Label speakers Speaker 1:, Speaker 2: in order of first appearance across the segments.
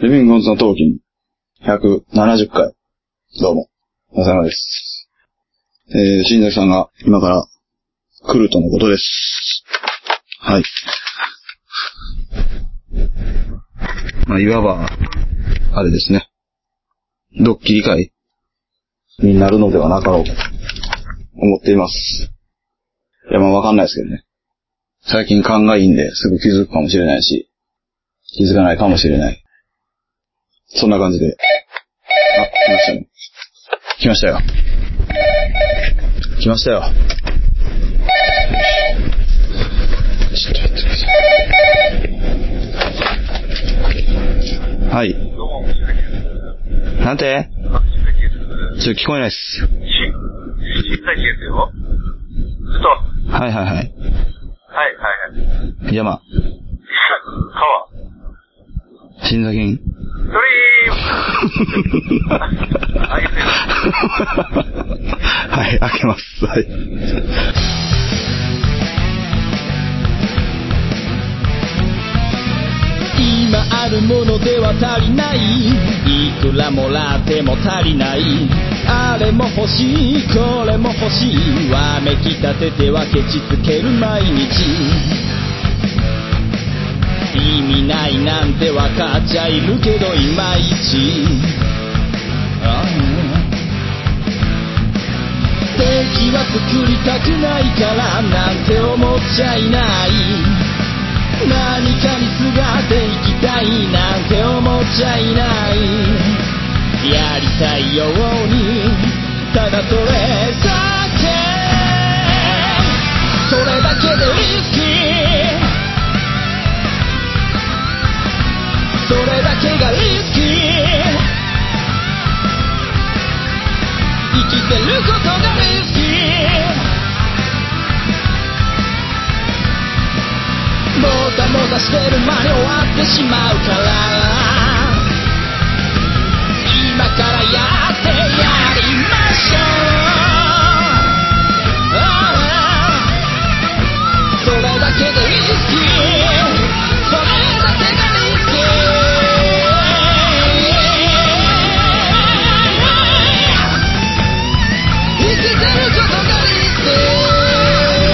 Speaker 1: リビングオンズのトーキン、170回。どうも、お疲れ様です。えー、新崎さんが今から来るとのことです。はい。まあ、いわば、あれですね。ドッキリ会になるのではなかろうかと思っています。いや、まあわかんないですけどね。最近勘がいいんで、すぐ気づくかもしれないし、気づかないかもしれない。そんな感じで。あ、来ましたね。来ましたよ。来ましたよ。ちょっと待ってください。はい。 なんて
Speaker 2: 新崎です。
Speaker 1: ちょっと聞こえないっす。
Speaker 2: 新新崎ですよ。ずっと、
Speaker 1: はいはいはい。
Speaker 2: はい、はい、はい。
Speaker 1: 山、
Speaker 2: 川。
Speaker 1: 新座銀。
Speaker 2: それあいいですよ
Speaker 1: はい、開けます。はい。
Speaker 3: 今あるものでは足りないいくらもらっても足りないあれも欲しいこれも欲しいわめきたててはケチつける毎日意味ないなんてわかっちゃいるけどいまいちああ敵は作りたくないからなんて思っちゃいない何かにすがっていきたいなんて思っちゃいないやりたいようにただそれだけそれだけでリスキーそれだけがリスキー生きてることがリスキーもたもたしてる間に終わってしまうから今からやってやりましょうああそれだけでリスキーそれだけがリスキー生きてることがリスキ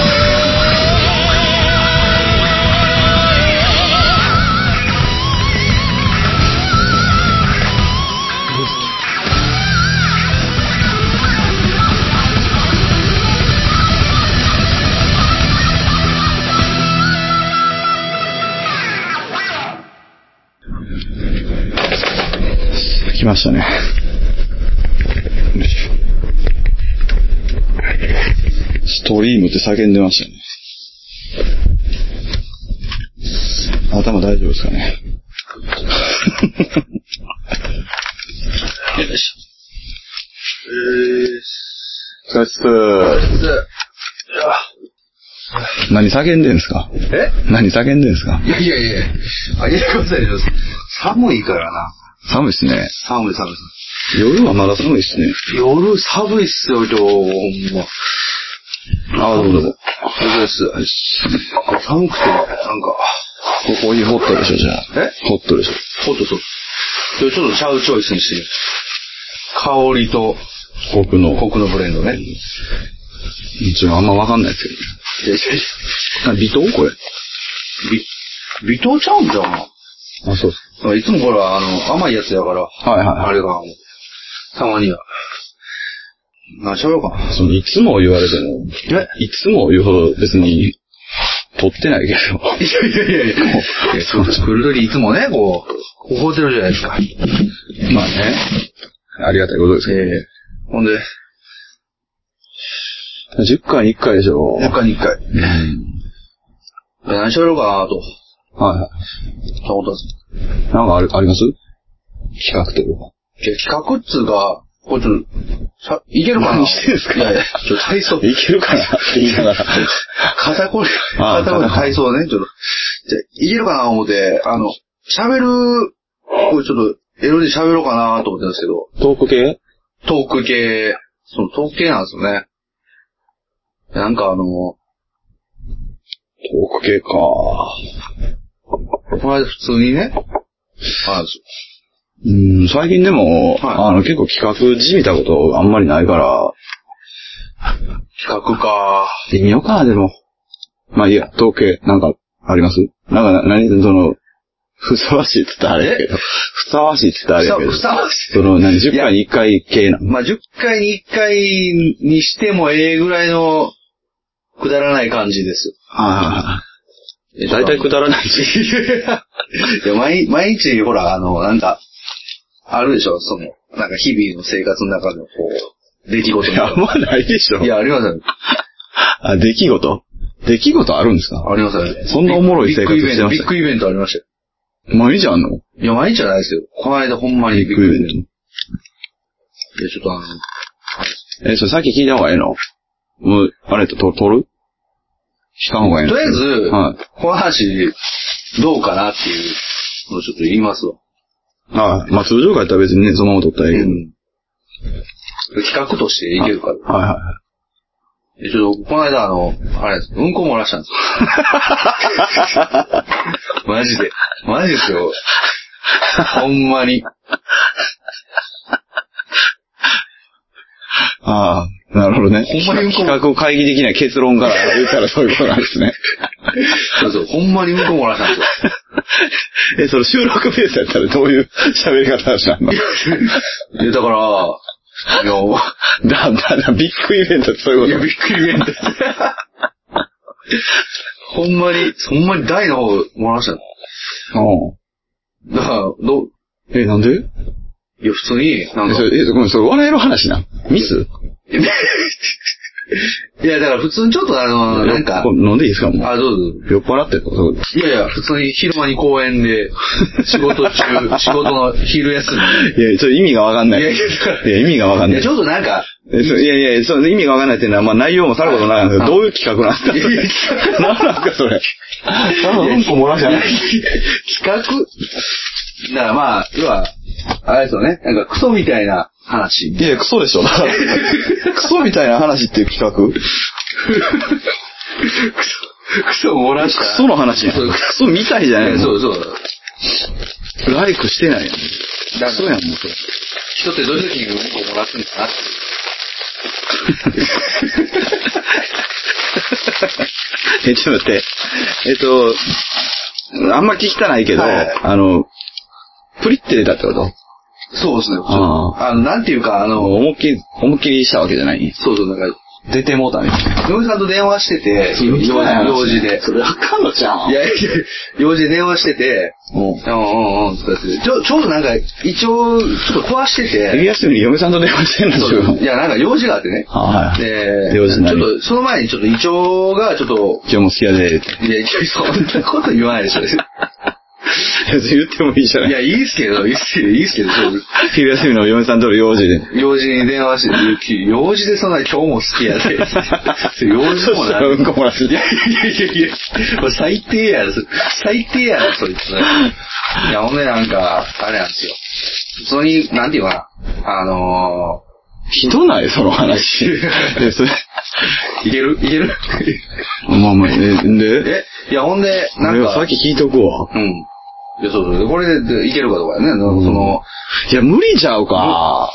Speaker 3: ー
Speaker 1: 来ましたね。よいしょストリームって叫んでましたね。頭大丈夫ですかね。よいしょ。えー、お疲れっす。何叫んでんすか
Speaker 4: え
Speaker 1: 何叫んでんすか
Speaker 4: いやいやいや、あげてくださいよ。寒いからな。
Speaker 1: 寒いっすね。
Speaker 4: 寒い寒い。
Speaker 1: 夜はまだ寒いっすね。
Speaker 4: 夜寒いっすよ、今日。ほんま。
Speaker 1: ああ、どうもどうも。
Speaker 4: そうです。寒くて、なんか、
Speaker 1: ここにホットでしょ、じゃあ。
Speaker 4: え
Speaker 1: ホットでしょ。
Speaker 4: ほっとそう。今日ちょっとチャウチョイスにしてる。香りと、
Speaker 1: コクの。
Speaker 4: コクのブレンドね。い
Speaker 1: 一応あんまわかんないです
Speaker 4: やいやい
Speaker 1: けど。あ、微糖これ。
Speaker 4: や微糖ちゃうんじゃ
Speaker 1: あ、そう。
Speaker 4: ん。いつもほら、あの、甘いやつやから、
Speaker 1: はいはいはい。
Speaker 4: あれが、たまには。何しゃべろうかな。
Speaker 1: その、いつも言われても、
Speaker 4: え
Speaker 1: いつも言うほど別に、取ってないけど。
Speaker 4: いやいやいや いや。そう作るときいつもね、こう、怒ってるじゃないですか。
Speaker 1: まあね。ありがたいことですけど。
Speaker 4: ええほんで、
Speaker 1: 10回に1回でしょ。
Speaker 4: 1回に1回。
Speaker 1: うん。
Speaker 4: 何しゃべろうかなと、
Speaker 1: はいは
Speaker 4: そう思ったんです。
Speaker 1: い。なんかある、あります企画というか。
Speaker 4: いや企画っつうか、こいつ、さいけるかな
Speaker 1: 何してんすか
Speaker 4: いやいや、ちょっと体操。
Speaker 1: いけるかなって言いながら。
Speaker 4: 肩こり、
Speaker 1: ああ
Speaker 4: 肩こり体操ね、ちょっと。じゃあいけるかな思って、あの、喋る、これちょっと、エロで喋ろうかなと思ってたんですけど、
Speaker 1: トーク系
Speaker 4: トーク系、そのトーク系なんですよね。なんかあの、
Speaker 1: トーク系か。
Speaker 4: この間普通にね、あ
Speaker 1: うん、最近でも、
Speaker 4: は
Speaker 1: あの、結構企画じみたことあんまりないから、
Speaker 4: 企画か。
Speaker 1: 微妙かな、でも。まあ、いいや、統計、なんか、ありますなんか、な何、その、ふさわしいって言ったらあれやけど、ふさわしいって言ったらあれやけど、
Speaker 4: ふさわしい
Speaker 1: その、何、10回に1回系なの。
Speaker 4: まあ、10回に1回にしてもええぐらいの、くだらない感じです。
Speaker 1: ああ。大体くだらないし。
Speaker 4: いや、毎毎日、ほら、あの、なんか、あるでしょ、その、なんか日々の生活の中の、こう、出来事
Speaker 1: いやあん
Speaker 4: み
Speaker 1: まないでした
Speaker 4: い
Speaker 1: ょ。
Speaker 4: いや、ありますよ。
Speaker 1: あ、出来事出来事あるんですか
Speaker 4: ありますよ。
Speaker 1: そんなおもろい生活
Speaker 4: ビッグイ
Speaker 1: し
Speaker 4: ベント、
Speaker 1: てました
Speaker 4: ビッグイベントありましたよ。
Speaker 1: 毎日あんの
Speaker 4: いや、毎日じゃないですよ。この間ほんまにビッグイベント。いや、ちょっとあの、
Speaker 1: え、それさっき聞いた方がええのもう、あれと、と、取る聞かん方がええの
Speaker 4: とりあえず、
Speaker 1: はい。
Speaker 4: この話、どうかなっていうのをちょっと言いますわ。
Speaker 1: ああ、まあ通常回やったら別にね、そのまま取ったらええけど。
Speaker 4: 企画としていけるか
Speaker 1: はいはいはい。
Speaker 4: えちょっと、この間あの、あれです。うんこ漏らしたんですよ。 マジで。マジですよ。ほんまに。
Speaker 1: ああ、なるほどね。
Speaker 4: ほんまにうんこ
Speaker 1: 企画を会議的な結論から言ったらそういうことなんですね。
Speaker 4: そうそう、ほんまにうんこ漏らしたんですよ。
Speaker 1: え、その収録ベースやったらどういう 喋り方したの
Speaker 4: いや、だから、いや、
Speaker 1: だ、だ、だ、ビッグイベントってそう
Speaker 4: い
Speaker 1: いう
Speaker 4: や、
Speaker 1: こ
Speaker 4: びっくりイベント。ほんまに、ほんまに台の方漏らしたの。
Speaker 1: とう
Speaker 4: だから、どう、
Speaker 1: ん。え、なんでえ、
Speaker 4: いや、普通に、なんか
Speaker 1: そ、れ、え、ごめん、それ笑える話な。ミス
Speaker 4: いや、だから普通にちょっとあの、なんか
Speaker 1: こ、う飲んでいいですかもう
Speaker 4: あ、どうぞ。
Speaker 1: 酔っ払ってること。
Speaker 4: いやいや、普通に昼間に公園 で、仕事中、仕事の昼休み
Speaker 1: いや、ちょっと意味がわかんない。
Speaker 4: いやいや
Speaker 1: いや意味がわかん
Speaker 4: に。
Speaker 1: な
Speaker 4: いや、
Speaker 1: い
Speaker 4: ち。ょっとなんか、
Speaker 1: えそういやいや、そう意味がわかんないっていうのは、まあ内容もさることないんですけど、どういう企画なんですかそ れ何なんですか、それ。うんこ漏らしてない。
Speaker 4: 企画、だからまあ、要は、あれですよね、なんかクソみたいな話。
Speaker 1: いや、クソで しょ。だからクソみたいな話っていう企画
Speaker 4: クソ漏らした。
Speaker 1: クソの話やん。
Speaker 4: そう
Speaker 1: クソみたいじゃないい
Speaker 4: やそ
Speaker 1: の
Speaker 4: うそう。
Speaker 1: ライクしてないやん。
Speaker 4: だ
Speaker 1: クソやん、もう
Speaker 4: 人ってどういう時にうんこ漏らすんだなっていう
Speaker 1: それ。え、ちょっと待って。えっと、あんま聞きたないけど、
Speaker 4: はい
Speaker 1: あの、プリって出たってこと
Speaker 4: そうですね。
Speaker 1: あ
Speaker 4: あの、なんていうか、あ
Speaker 1: あの
Speaker 4: の、
Speaker 1: 思いっきり、思いっきりしたわけじゃない
Speaker 4: そうそう、なんか、
Speaker 1: 出てもうたね。
Speaker 4: 嫁さんと電話してて、
Speaker 1: そう
Speaker 4: 用事用事で。
Speaker 1: それあかんのじゃん。
Speaker 4: いやいや、用事で電話してて、
Speaker 1: も
Speaker 4: うんうんうん、とか言って、ちょ、ちょうどなんか、一応、ちょっと壊して
Speaker 1: う、昼
Speaker 4: て、
Speaker 1: 休みに嫁さんと電話してんの
Speaker 4: そう
Speaker 1: 自分
Speaker 4: いや、なんか用事があってね。
Speaker 1: はい。
Speaker 4: で、ち
Speaker 1: 用事何
Speaker 4: ょっと、その前にちょっと胃腸が、ちょっと、
Speaker 1: 今日も好きやで、って。
Speaker 4: いや、いやそんなこと言わないでしょ。い
Speaker 1: 別に言ってもいいじゃない。
Speaker 4: や、いいっすけど、いいっすけど、いいっすけど、そう
Speaker 1: 昼休みの嫁さんとの用事で。
Speaker 4: 用事に電話して、用事でそんな今日も好きやで。それ用事
Speaker 1: そ
Speaker 4: でも
Speaker 1: した
Speaker 4: な
Speaker 1: ら
Speaker 4: い。
Speaker 1: うんこ漏らして
Speaker 4: いやいやいやいや、これ最低やろ、それ最低やろ、そいつ。いや、ほんでなんか、あれなんですよ。普通に、なんていうかな、あの
Speaker 1: ひどないその話。え、それ。
Speaker 4: ー、いけるいける
Speaker 1: まあまあ、え、で
Speaker 4: え、いや、ほんで、なん
Speaker 1: 俺は
Speaker 4: か、
Speaker 1: さっき聞いとくわ。
Speaker 4: うん。いや、そうそう。でこれで、でいけるかとかね、なんかその、
Speaker 1: いや、無理ちゃうか。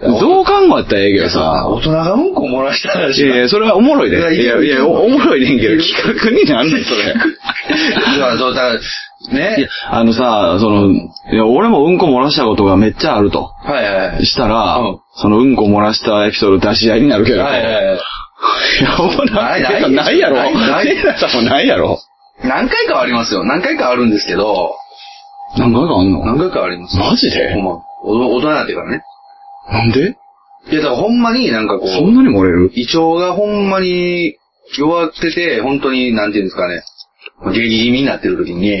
Speaker 1: どう考えたらええけど
Speaker 4: あ
Speaker 1: さ。
Speaker 4: 大人がうんこ漏らしたらし
Speaker 1: いやいや、それはおもろいで。
Speaker 4: いやい
Speaker 1: い
Speaker 4: や
Speaker 1: やいや、おおもろいねんけど、企画になんねん、そ れ。
Speaker 4: いや、そう、だから、
Speaker 1: いや
Speaker 4: ね。、
Speaker 1: あのさ、その、いや、俺もうんこ漏らしたことがめっちゃあると。
Speaker 4: はいはいはい。
Speaker 1: したら、
Speaker 4: うん
Speaker 1: そのうんこ漏らしたエピソード出し合いになるけど。
Speaker 4: はいはいはい。
Speaker 1: いや、もうない
Speaker 4: ないない
Speaker 1: ないやろ。
Speaker 4: ないない
Speaker 1: セイラさんもないやろ。
Speaker 4: 何回かはありますよ。何回かはあるんですけど、
Speaker 1: 何回かあんの
Speaker 4: 何回かはあります。
Speaker 1: マジで
Speaker 4: ほんま。お大人になってからね。
Speaker 1: なんで
Speaker 4: いや、だからほんまになんかこ
Speaker 1: そん
Speaker 4: う、
Speaker 1: なに漏れる
Speaker 4: 胃腸がほんまに弱ってて、本当に、なんていうんですかね、下痢気味になってる時に、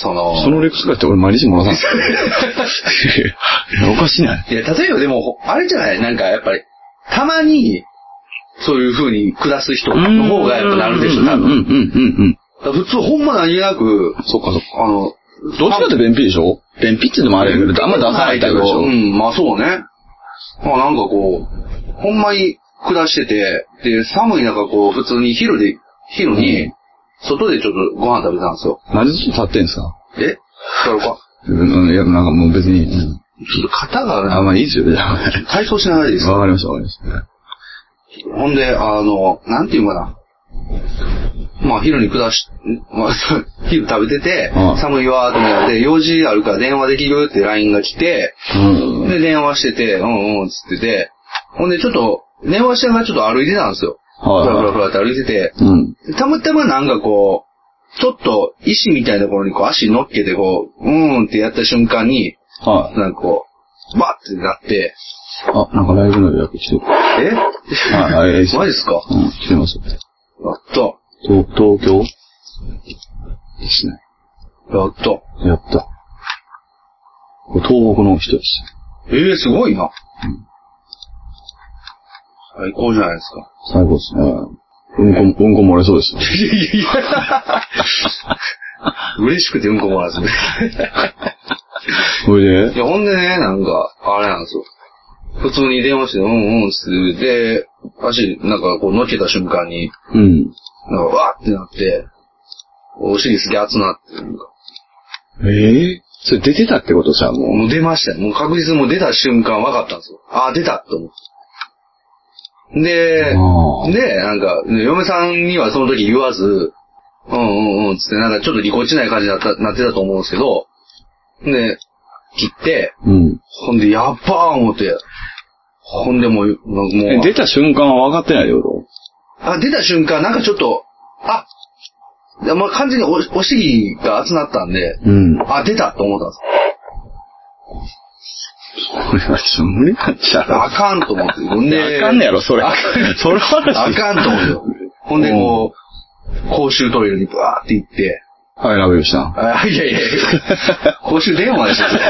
Speaker 4: その、
Speaker 1: その理屈だって俺毎日漏らさ ない。いやおかしない。
Speaker 4: いや、例えばでも、あれじゃないなんかやっぱり、たまに、そういう風に下す人の方がやっぱなるでしょ、多
Speaker 1: うんうん
Speaker 4: 分。
Speaker 1: うん
Speaker 4: だから普通ほんま何気なく、
Speaker 1: そっかそっか。
Speaker 4: あの、
Speaker 1: どっちかって便秘でしょ便秘ってのもあれやけど、あんま出さないタイプでしょ
Speaker 4: うん、まあそうね。まあなんかこう、ほんまに下してて、で、寒い中こう、普通に昼で、昼に、外でちょっとご飯食べたんですよ。
Speaker 1: 何でちょっと立ってんすか
Speaker 4: えだからこ
Speaker 1: うん、いや、なんかもう別に、うん
Speaker 4: ちょっと型が
Speaker 1: あ、
Speaker 4: ね、
Speaker 1: まあいいですよ、じゃあ。わ
Speaker 4: 体操しながらでいいですか
Speaker 1: かりました、わかりました。
Speaker 4: ほんで、あの、なんていうのかな。まあ、昼に下し、まあ、 そう昼食べてて、
Speaker 1: うん
Speaker 4: 寒いわーってなって、用事あるから電話できるって LINE が来て、
Speaker 1: うん。
Speaker 4: で、電話してて、うんうん、つってて、ほんで、ちょっと、電話しながらちょっと歩いてたんですよ。
Speaker 1: はい
Speaker 4: ふらふらふらって歩いてて、
Speaker 1: うん。
Speaker 4: たまたまなんかこう、ちょっと、石みたいなところにこう足乗っけてこう、うんってやった瞬間に、
Speaker 1: はい。
Speaker 4: なんかこう、バッってなって、
Speaker 1: あ、なんかライブの予約来てる。
Speaker 4: え
Speaker 1: ああええ
Speaker 4: マジっすか
Speaker 1: うん、来てますよ。
Speaker 4: やった。
Speaker 1: 東東京ですね。
Speaker 4: やった。
Speaker 1: やった。これ東北の人です。
Speaker 4: ええすごいな。最高じゃないです か。
Speaker 1: 最後ですね。うんこ、うんこ漏れそうです。
Speaker 4: いやいや嬉しくてうんこもらず。
Speaker 1: それ
Speaker 4: い
Speaker 1: で、
Speaker 4: や、ほんでね、なんか、あれなんですよ。普通に電話して、うんうんっつって、で、足、なんかこう、乗っけた瞬間に、
Speaker 1: うん。
Speaker 4: なんか、わーってなって、お尻すげえ熱なって、なんか
Speaker 1: ええそれ出てたってことさ、もう。
Speaker 4: もう出ましたよ。もう確実にもう出た瞬間分かったんですよ。ああ、出たと思って。で、
Speaker 1: あー
Speaker 4: で、なんか、嫁さんにはその時言わず、うんうんうん、つって、なんかちょっとぎこちない感じになったなってたと思うんですけど、で、切って、
Speaker 1: うん。
Speaker 4: ほんで、やっばー思って、ほんでもう、もう、
Speaker 1: え、出た瞬間は分かってないよ、こ
Speaker 4: あ、出た瞬間、なんかちょっと、あ、いやまあ、完全におお尻が熱なったんで、
Speaker 1: と うん。こ
Speaker 4: あ、出たと思ったんです
Speaker 1: れはちょっと無理なんちゃう
Speaker 4: あかんと思って。ほんで、
Speaker 1: あかんねやろ、それ。それは
Speaker 4: あかんと思うよ。ほんで、こう、公衆トイレにバーって行って、
Speaker 1: はい、ラブユーしたん。
Speaker 4: あ、いやいやいや、公衆電話でしょ、それ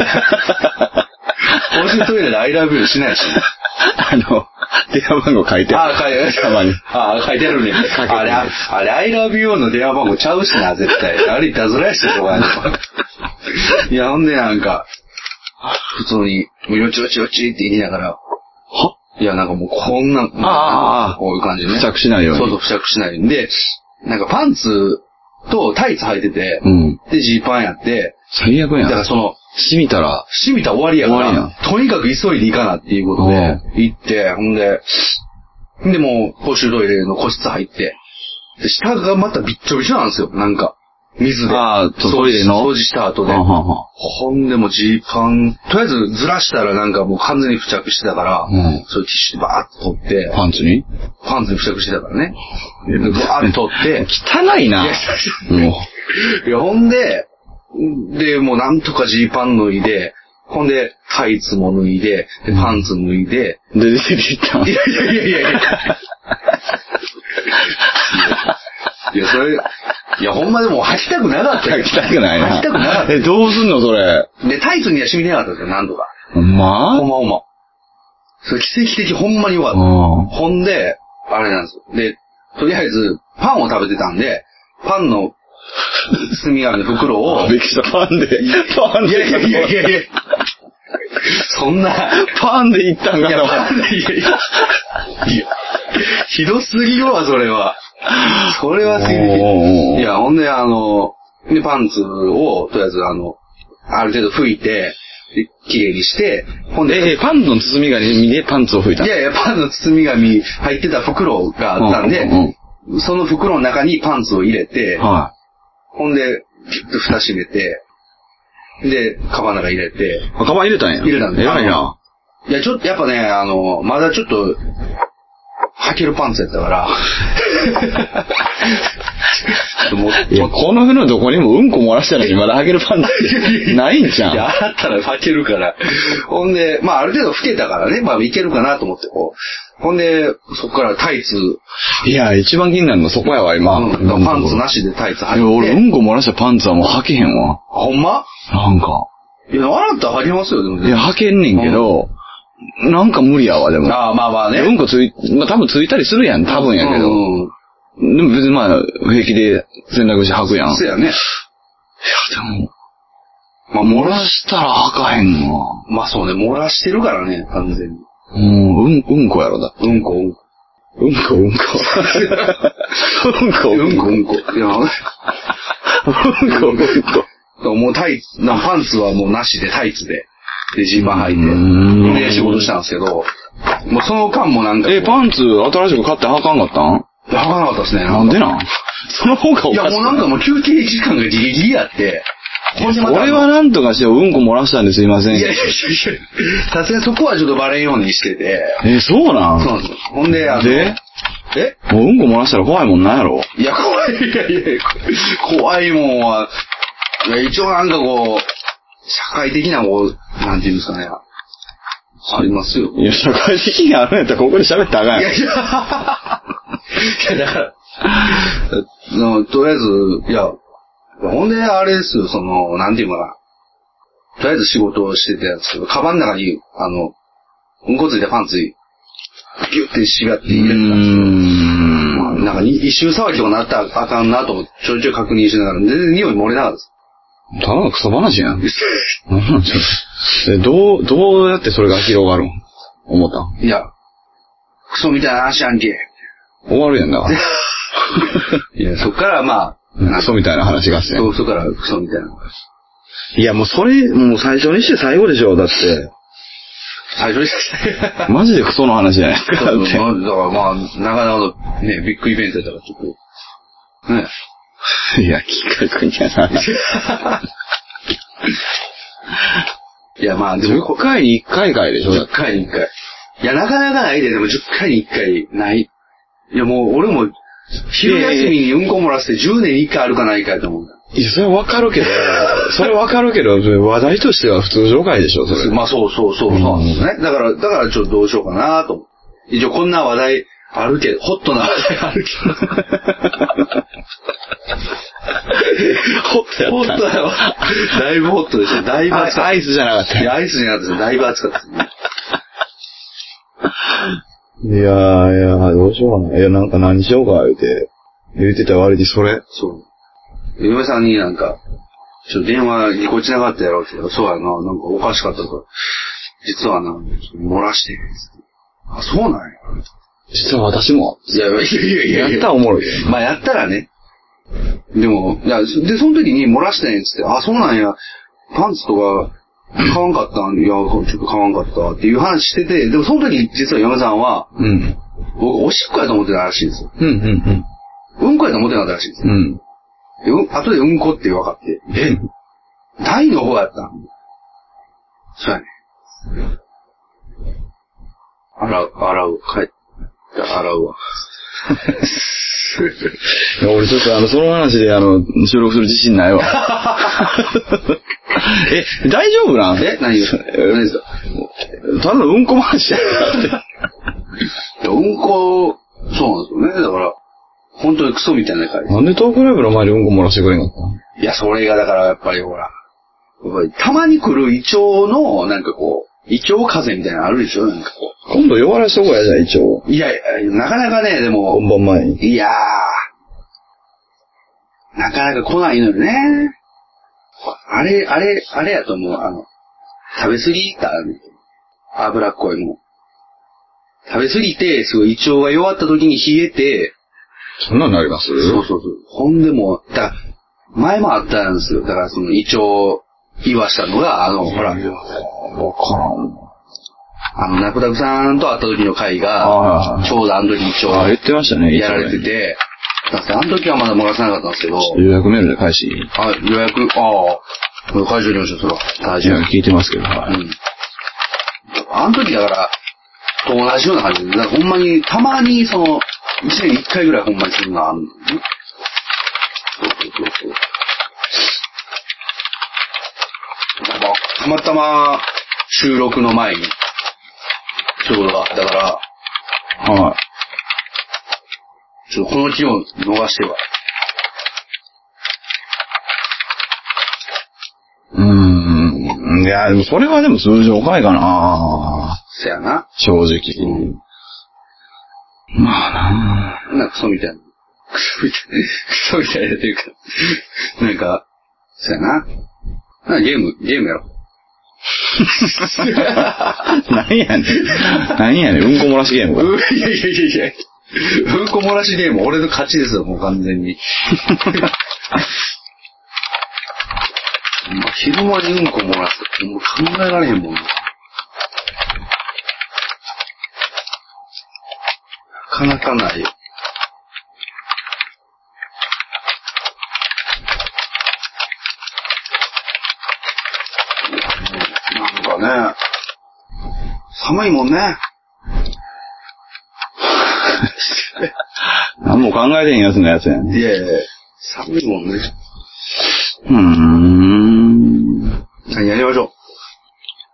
Speaker 4: 公衆トイレで I love you しないし。
Speaker 1: あの、電話番号書いて
Speaker 4: あ、書いて
Speaker 1: たまに
Speaker 4: ああ、書いてあるね。
Speaker 1: 書いてあ
Speaker 4: あれ、
Speaker 1: る
Speaker 4: あれ、I love you の電話番号ちゃうしな、絶対。あれ、いたずらやしと かいや、ほんで、なんか、普通に、もうよちよちよちって言いながら、
Speaker 1: はい
Speaker 4: や、なんかもうこんな、
Speaker 1: ああ
Speaker 4: こういう感じでね。
Speaker 1: 付着しないように
Speaker 4: そうそう、付着しないんで、なんかパンツとタイツ履いてて、
Speaker 1: うん。
Speaker 4: で、ジーパンやって、
Speaker 1: 最悪や
Speaker 4: だ
Speaker 1: ん。
Speaker 4: からその、
Speaker 1: 染みたら、
Speaker 4: 染みたら終わりやか
Speaker 1: 終わ
Speaker 4: ら、とにかく急いで行かなっていうことで、行って、ほんで、で、もう、公衆トイレの個室入って、で下がまたびっちょびちょなんですよ、なんか。水で。
Speaker 1: ああ
Speaker 4: 掃除
Speaker 1: トイレの
Speaker 4: 掃除した後で
Speaker 1: は。んはんはん
Speaker 4: ほんでもうジーパン、とりあえずずらしたらなんかもう完全に付着してたから、
Speaker 1: うん
Speaker 4: そういうティッシュでバーッと取って、
Speaker 1: パンツに
Speaker 4: パンツに付着してたからね。でバーッと取って、
Speaker 1: 汚いな。も
Speaker 4: いや、ほんで、で、もうなんとかジーパン脱いで、ほんで、タイツも脱いで、でパンツ脱いで、
Speaker 1: う。で、出てきたん
Speaker 4: いやいやいやいやいや。いや、それ、いや、ほんまでも履きたくなかったよ。
Speaker 1: 履きたくないな。
Speaker 4: 履きたくなかっ
Speaker 1: え、どうすんの、それ。
Speaker 4: た。で、タイツには染みなかったんですよ、何度か。
Speaker 1: ほんま
Speaker 4: ほんまほんま。それ奇跡的、ほんまによかった。
Speaker 1: う
Speaker 4: ほんで、あれなんですよ。で、とりあえず、パンを食べてたんで、パンの包み紙の袋を
Speaker 1: ん。、びっくりした、パンで。パン
Speaker 4: い
Speaker 1: で。
Speaker 4: やいやいやいやいや。そんな、
Speaker 1: パンで行ったん
Speaker 4: い
Speaker 1: か
Speaker 4: や、
Speaker 1: と思っ
Speaker 4: パンいやいや。いや、ひどすぎるわ、それは。それはす
Speaker 1: お
Speaker 4: ぎ
Speaker 1: ー
Speaker 4: る。いや、ほんで、あの、で、パンツを、とりあえず、あの、ある程度拭いて、で綺麗にして、ほん
Speaker 1: てえ
Speaker 4: で、
Speaker 1: え、パンの包み紙でパンツを拭いた
Speaker 4: いやいや、パンの包み紙入ってた袋があったんで
Speaker 1: うんうん、
Speaker 4: その袋の中にパンツを入れて、
Speaker 1: は
Speaker 4: ほんで、ピュッと蓋閉めて、で、カバンの中入れて、
Speaker 1: い。あ、カバン入れたんや。
Speaker 4: 入れたん
Speaker 1: で。
Speaker 4: ですす
Speaker 1: 偉いな。
Speaker 4: いや、ちょっと、やっぱね、あの、まだちょっと、履けるパンツやったから。ちょっともう、
Speaker 1: いや、この世のどこにもうんこ漏らしたのにまだ履けるパンツってないんじゃ
Speaker 4: いや、
Speaker 1: ん。
Speaker 4: 洗ったら履けるから。ほんで、まあある程度老けたからね、まあいけるかなと思って、こう。ほんで、そっからタイツ、
Speaker 1: いや、一番気になるのそこやわ、今。
Speaker 4: うんだからパンツなしでタイツ
Speaker 1: いや
Speaker 4: 履い
Speaker 1: 俺、う
Speaker 4: て。
Speaker 1: んこ漏らしたパンツはもう履けへんわ。
Speaker 4: ほんま
Speaker 1: なんか。
Speaker 4: いや、あなた履けますよ、でも
Speaker 1: いや、履けんねんけど、なんか無理やわ、でも。
Speaker 4: ああ、まあまあね。
Speaker 1: うんこつい、まあ多分ついたりするやん、多分やけ
Speaker 4: う
Speaker 1: ど。
Speaker 4: んうん
Speaker 1: でも別にまあ、平気で洗濯して履くやん。いや、
Speaker 4: そうやね。
Speaker 1: でも、
Speaker 4: まあ漏
Speaker 1: 漏
Speaker 4: ら
Speaker 1: らしたら履かへんわ。
Speaker 4: まあそうね、漏らしてるからね、完全に。
Speaker 1: もう、うん、うんこやろだ。
Speaker 4: うんこ、うんこ。
Speaker 1: うんこ、うんこ。うんこ、
Speaker 4: う
Speaker 1: うん
Speaker 4: んこ、
Speaker 1: こ。
Speaker 4: うんこ。いや、
Speaker 1: うんこ、うんこ。
Speaker 4: だからもうタイツ、なパンツはもうなしでタイツで、で、ジーパン
Speaker 1: うー
Speaker 4: 履
Speaker 1: ん
Speaker 4: いて、で、仕事したんですけど、もうその間もなんかこう、
Speaker 1: え、パンツ新しく買って履かんかったん
Speaker 4: 履かなかったですね。
Speaker 1: なんでなんその方がお
Speaker 4: いや、
Speaker 1: かしい。
Speaker 4: もうなんかもう休憩時間がギリギリやって、ほんでまた
Speaker 1: 俺はなんとかしてうんこ漏らしたんですいません。
Speaker 4: いやいやいやいや、さすがにそこはちょっとバレんようにしてて、
Speaker 1: え、そうな
Speaker 4: そうんなんですよ。ほんで、あの、
Speaker 1: で
Speaker 4: え
Speaker 1: もううんこ漏らしたら怖いもんなんやろ
Speaker 4: いや、怖い、いやいや、怖いもんは、いや一応なんかこう、社会的なこう、なんていうんですかね、ありますよ。
Speaker 1: いや、社会的にあるんやったらここで喋ったらあかん
Speaker 4: い
Speaker 1: やん
Speaker 4: やいや、いやだから、あのとりあえず、いや、ほんであれですよ、その、なんていうのかな。とりあえず仕事をしてたやつけど、カバンの中に、あの、うんこついてパンツ、ギュって縛って入れてたんですよ。まあ
Speaker 1: うーん。
Speaker 4: なんかに一周騒ぎとかなったらあかんなと思って、ちょいちょい確認しながら、全然匂い漏れなかったです。
Speaker 1: ただのクソ話やん。 なんなんそれでどう、どうやってそれが広がるん思ったん
Speaker 4: いや、クソみたいな話や んけ。
Speaker 1: 終わるやんだから。
Speaker 4: いや、そっからまあ、
Speaker 1: クソみたいな話がして。
Speaker 4: そうそっからクソみたいな。
Speaker 1: いや、もうそれ、もう最初にして最後でしょ、だって。
Speaker 4: 最初でした。
Speaker 1: マジでクソの話じゃない です
Speaker 4: だ
Speaker 1: か、
Speaker 4: か
Speaker 1: だ
Speaker 4: ら
Speaker 1: って。
Speaker 4: まあ、なかなかね、ビッグイベントだからちょっと、ね。
Speaker 1: いや、企画にゃない。
Speaker 4: いや、まあ、でも、
Speaker 1: 10回に1回回でしょ、だっ
Speaker 4: 10
Speaker 1: て。
Speaker 4: 回に1回。いや、なかなかないで、でも10回に1回ない。いや、もう、俺も、昼休みにうんこ漏らして10年に1回あるかないかやと思うんだ。
Speaker 1: いや、それはわかるけど、 それはわかるけど、話題としては普通紹介でしょ、それ。
Speaker 4: まあ、そうそうそう、そうなんですね。だから、だからちょっとどうしようかなと思って。一応、こんな話題あるけど、ホットな話題ある
Speaker 1: ホッ
Speaker 4: けど。ホットだよ。だいぶホットでした。だいぶ暑か
Speaker 1: ア
Speaker 4: っ。
Speaker 1: イスじゃなかった
Speaker 4: いや、アイスになってただいぶ暑かったですね。
Speaker 1: た。いやー、いやー、どうしようかな。いや、なんか何しようか、言うて。言うてた割にそれ。
Speaker 4: そう。嫁さんになんか、ちょっと電話ぎこちなかったやろうって言ったらそうやな、なんかおかしかったとから、実はな、漏らして、あ、そうなんや。
Speaker 1: 実は私も。
Speaker 4: いやいやいやいやいや。
Speaker 1: やったらおもろいけど
Speaker 4: まあやったらね。でも、いや、で、その時に漏らしてんやつって、あ、そうなんや、パンツとか、買わんかったんいや、ちょっと買わんかったっていう話してて、でもその時実は嫁さんは、
Speaker 1: うん。
Speaker 4: 僕、おしっこやと思ってたらしいんですよ。
Speaker 1: うん、うん、
Speaker 4: うんこやと思ってなかったらしいんですよ
Speaker 1: うん。うん。
Speaker 4: でうん、後でうんこって分かって。え大の方やったんそうやね。洗う、洗う、帰って、洗うわ。
Speaker 1: いや俺ちょっとあの、その話であの、収録する自信ないわ。 え、大丈夫なん
Speaker 4: え何ですか何ですか
Speaker 1: ただのうんこ話やから
Speaker 4: いやうんこ、そうなんですよね。だから、本当にクソみたいな感じ。
Speaker 1: なんでトークライブの前でうんこ漏らしてくれんかったん
Speaker 4: いや、それがだからやっぱりほら、やっぱりたまに来る胃腸の、なんかこう、胃腸風邪みたいなのあるでしょなんかこ
Speaker 1: 今度弱らしとこうや、じゃあ一応。
Speaker 4: う。いや、いやなかなかね、でも、
Speaker 1: 本番前に。
Speaker 4: いやー、なかなか来ないのよね。あれ、あれ、あれやと思う。あの、食べ過ぎた、脂っこいもん。食べ過ぎて、すごい胃腸が弱った時に冷えて、
Speaker 1: そんなんなります
Speaker 4: そうそうそう。ほんでもう、だ前もあったんですよ。だからその胃腸、言わしたのが、あの、ほら、
Speaker 1: わからん。
Speaker 4: あの、ナクダクさんと会った時の回
Speaker 1: あ
Speaker 4: が
Speaker 1: ー、
Speaker 4: ちょうどあの時胃
Speaker 1: あ、言
Speaker 4: 腸
Speaker 1: ってましたね。
Speaker 4: やられて
Speaker 1: 一応ね。
Speaker 4: て、だからあの時はまだ漏らさなかったんですけど、
Speaker 1: 予約メールで返し。
Speaker 4: はい、予約、ああ、もう会場にましょう、それは。大
Speaker 1: い
Speaker 4: 丈夫。
Speaker 1: や、聞いてますけど。
Speaker 4: う
Speaker 1: はい
Speaker 4: ん。あの時だから、と同じような感じで、なんかほんまに、たまにその、一年に一回ぐらいほんまにするのがあるんだよね。そうそうそうそう。まあたまたま収録の前に、そういうことがあったから、
Speaker 1: は
Speaker 4: ちょっとこの機を逃しては。
Speaker 1: い。うーん。いや、でもそれはでも通常回かな
Speaker 4: せやな。
Speaker 1: 正直。
Speaker 4: うん
Speaker 1: まあな
Speaker 4: なんかクソみたいな。クソみたいな。クソみたいなというか、なんか、そうやな。なんかゲーム、ゲームやろ う。
Speaker 1: なんやねん。なんやねん。うんこ漏らしゲームか。
Speaker 4: うんいやいやいやいや。うんこ漏らしゲーム、俺の勝ちですよ、もう完全に。まあ、 昼間にうんこ漏らすってもう考えられへんもんな。なかなかないよ。うんなんかね、寒いもんね。
Speaker 1: 何も考えてへんやつのやつやね。
Speaker 4: いやいや、寒いもんね。
Speaker 1: うーん。
Speaker 4: 何やりましょ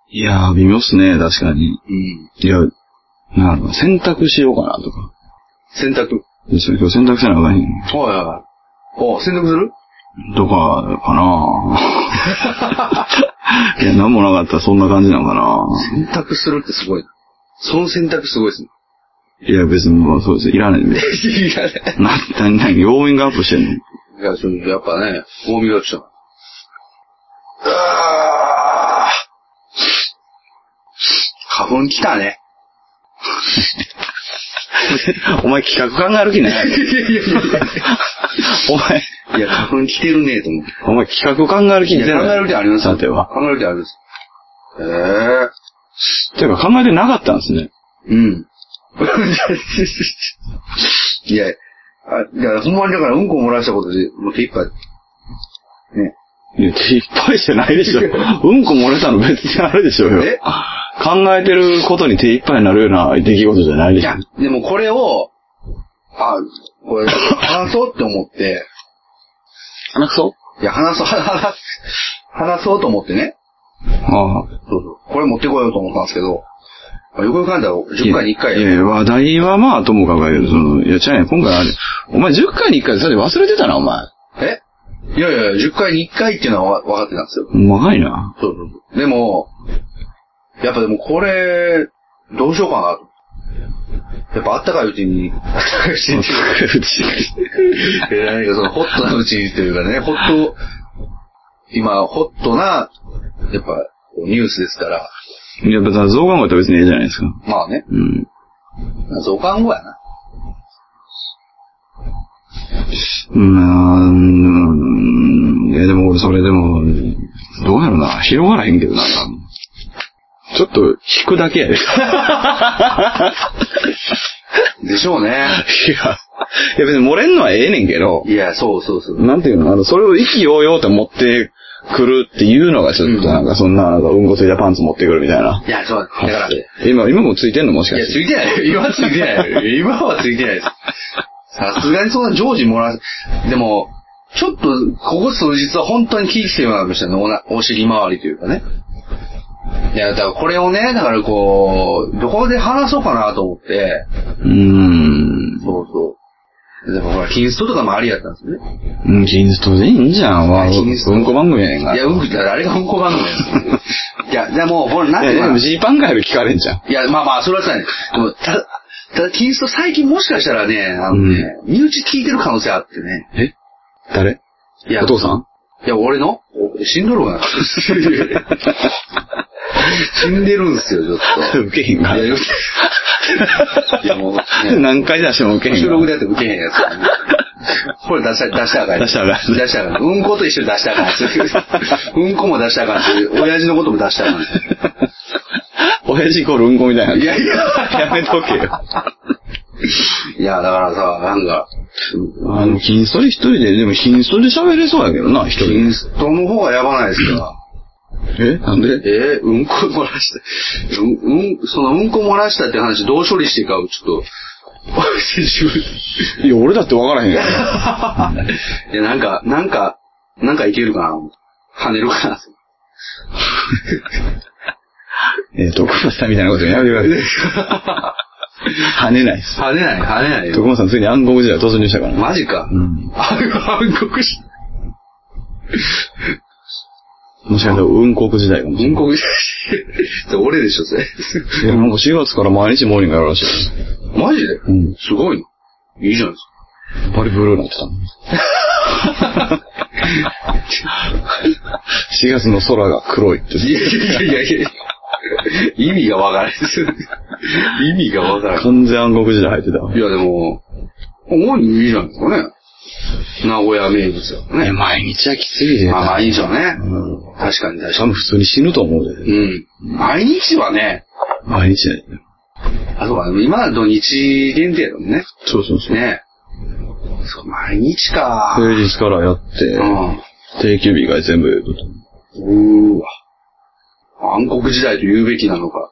Speaker 1: いやー、微妙っすね、確かに。
Speaker 4: う。うん。
Speaker 1: いや、なるほど。洗濯しようかな、とか。
Speaker 4: 洗濯。
Speaker 1: ですよ、今日洗濯せなあかんへん。
Speaker 4: はいはいはい。お、洗濯する
Speaker 1: とか、かな いや、なんもなかったらそんな感じなのかな
Speaker 4: 洗濯するってすごいな。その洗濯すごいですね。
Speaker 1: いや、別にもうそうです。いらないんで。
Speaker 4: いやね。
Speaker 1: な、な、な、ウォーミングアップしてんの
Speaker 4: いや、それやっぱね、大見が来た。あー花粉来たね。
Speaker 1: お前企画考える 気ないやろお前、
Speaker 4: いや、花粉来てるねと思って。
Speaker 1: お前企画考える気
Speaker 4: い
Speaker 1: ゼ
Speaker 4: や、
Speaker 1: ロ
Speaker 4: 考え
Speaker 1: や
Speaker 4: る気あります
Speaker 1: さては。
Speaker 4: 考える気あります。え
Speaker 1: ていうか考えてなかったんですね。
Speaker 4: えー。うん。いや、あ、いや、ほんまにだからうんこ漏らしたことで、もう手一杯。ね。
Speaker 1: いや、手いっぱいじゃないで しょ。うんこ漏れたの別にあれでしょうよ
Speaker 4: え。
Speaker 1: 考えてることに手いっぱいになるような出来事じゃないで
Speaker 4: い
Speaker 1: しょ
Speaker 4: や。、でもこれを、あ、これ、話そうって思って、
Speaker 1: 話そ
Speaker 4: いや、話そう、話 す、話そうと思ってね。
Speaker 1: うああ。
Speaker 4: そうそう。これ持ってこようと思ったんですけど、あよくよく考えたら10回に1回
Speaker 1: いやいや、話題はまあ、ともかくやけど、その、いや、ちゃうやん、今回あれ、お前10回に1回、それ忘れてたな、お前。
Speaker 4: えいやいやいや、10回に1回っていうのはわ分かってたんですよ。
Speaker 1: うまいな。
Speaker 4: そうそうそう。でも、やっぱでもこれ、どうしようかな。やっぱあったかいうちに、あったかいうちにって いうかえー何かその、ホットなうちにというかね、ホット、今、ホットな、やっぱ、ニュースですから、
Speaker 1: いや、別に増刊号やったら別にええじゃないですか。
Speaker 4: まあね、
Speaker 1: うん。
Speaker 4: 増刊後やな。
Speaker 1: うん、いや、でも俺、それでも、どうやろな。広がらへんけどな、ちょっと、引くだけやで。 い
Speaker 4: でしょうね。
Speaker 1: や、いや別に漏れんのはええねんけど、
Speaker 4: いや、そうそうそう。
Speaker 1: なんていうの、あの、それを意気揚々と持ってくるっていうのがちょっと、なんか、そんな、なんか、うんこついたパンツ持ってくるみたいな。
Speaker 4: いや、そう、だから、い
Speaker 1: 今、今もついてんのもしか
Speaker 4: や、
Speaker 1: し
Speaker 4: つ
Speaker 1: て。
Speaker 4: いてない。今はついてない。今はついてないです。さすがにそんな常時もらう。でも、ちょっと、ここ数日は本当に気ぃつけようになりましたね。おなお尻周りというかね。いや、だからこれをね、だからこう、どこで話そうかなと思って、
Speaker 1: うーん。
Speaker 4: そうそう。でもほら、キリストとかもありやったんですよね。
Speaker 1: うん、キンストでいいんじゃん。わ
Speaker 4: いや
Speaker 1: う
Speaker 4: キンスト
Speaker 1: んこ番組やねんから。
Speaker 4: いや、うんこ、だからあれがうんこ番 組なんですよいや、でも、ほら、なん
Speaker 1: い
Speaker 4: て
Speaker 1: や、で
Speaker 4: いうかな
Speaker 1: も。ジーパンがより聞かれんじゃん。
Speaker 4: いや、まあまあ、それはそうやね。でも、ただ、ただ、キリスト最近もしかしたらね、あのね、身内聞いてる可能性あってね。
Speaker 1: え誰
Speaker 4: いや、
Speaker 1: お父さん
Speaker 4: いや、俺のお死んどる わな。死んでるんすよ、ちょっと。
Speaker 1: 受けへんが。
Speaker 4: い や、いやもう、ね、
Speaker 1: 何回出しても受けへ
Speaker 4: 収
Speaker 1: ん
Speaker 4: 録
Speaker 1: が。
Speaker 4: でやって受けへんやつ、これ出した、出したらあかん。
Speaker 1: 出したらあかん
Speaker 4: 出したらあかん。うんこと一緒に出したらあかんやつ。 うんこも出したらあかんし、親父のことも出したらあかんやつ。
Speaker 1: 親父イコールうんこみたいな。
Speaker 4: いやいや
Speaker 1: やめとけよ。
Speaker 4: いや、だからさ、なんか、
Speaker 1: あの、キンストで一人で、でもキンストで喋れそうやけどな、一
Speaker 4: イ
Speaker 1: 人
Speaker 4: ンストの方がやばないですか。
Speaker 1: で。えなんで
Speaker 4: えーうんこ漏らした。うん、うん、そのうんこ漏らしたって話どう処理していいかをちょっと、
Speaker 1: いや、俺だってわからへんよ。
Speaker 4: いや、なんか、なんか、なんかいけるかな跳ねるかな
Speaker 1: えー、徳松さんみたいなことやめてくだ さい。跳ねないです。
Speaker 4: 跳ねない、跳ねない
Speaker 1: 徳
Speaker 4: よ。
Speaker 1: 松さんついに暗黒時代突入したからね。
Speaker 4: マジか。
Speaker 1: うん。
Speaker 4: 暗黒し、
Speaker 1: もしかしたら、うんこく時代かもしれ
Speaker 4: 暗
Speaker 1: ない。
Speaker 4: 黒し、俺でしょ、それ。
Speaker 1: いや、なんか4月から毎日モーニングやるらしいです。
Speaker 4: マジで
Speaker 1: うん
Speaker 4: すごいの。いいじゃないです
Speaker 1: バリブルーなって たの。4月の空が黒いって
Speaker 4: か。いやいやいやいやいや意味がわからない。意味がわからない。
Speaker 1: 完全暗黒時代入ってたわ。
Speaker 4: いや、でも、思いにいいじゃないですかね。名古屋名物だか
Speaker 1: ね、
Speaker 4: らね。
Speaker 1: 毎日はきついで。
Speaker 4: まあ、毎日はね。
Speaker 1: うん
Speaker 4: 確かに
Speaker 1: 多
Speaker 4: 確かに。
Speaker 1: 分普通に死ぬと思うで。
Speaker 4: うん。毎日はね、
Speaker 1: 毎日やで。
Speaker 4: あ、そうか、今は土日限定だもんね。
Speaker 1: そうそうそう。
Speaker 4: ねそう、毎日か。
Speaker 1: 平日からやって、定休日以外全部やると。
Speaker 4: うん。うーわ。暗黒時代と言うべきなのか。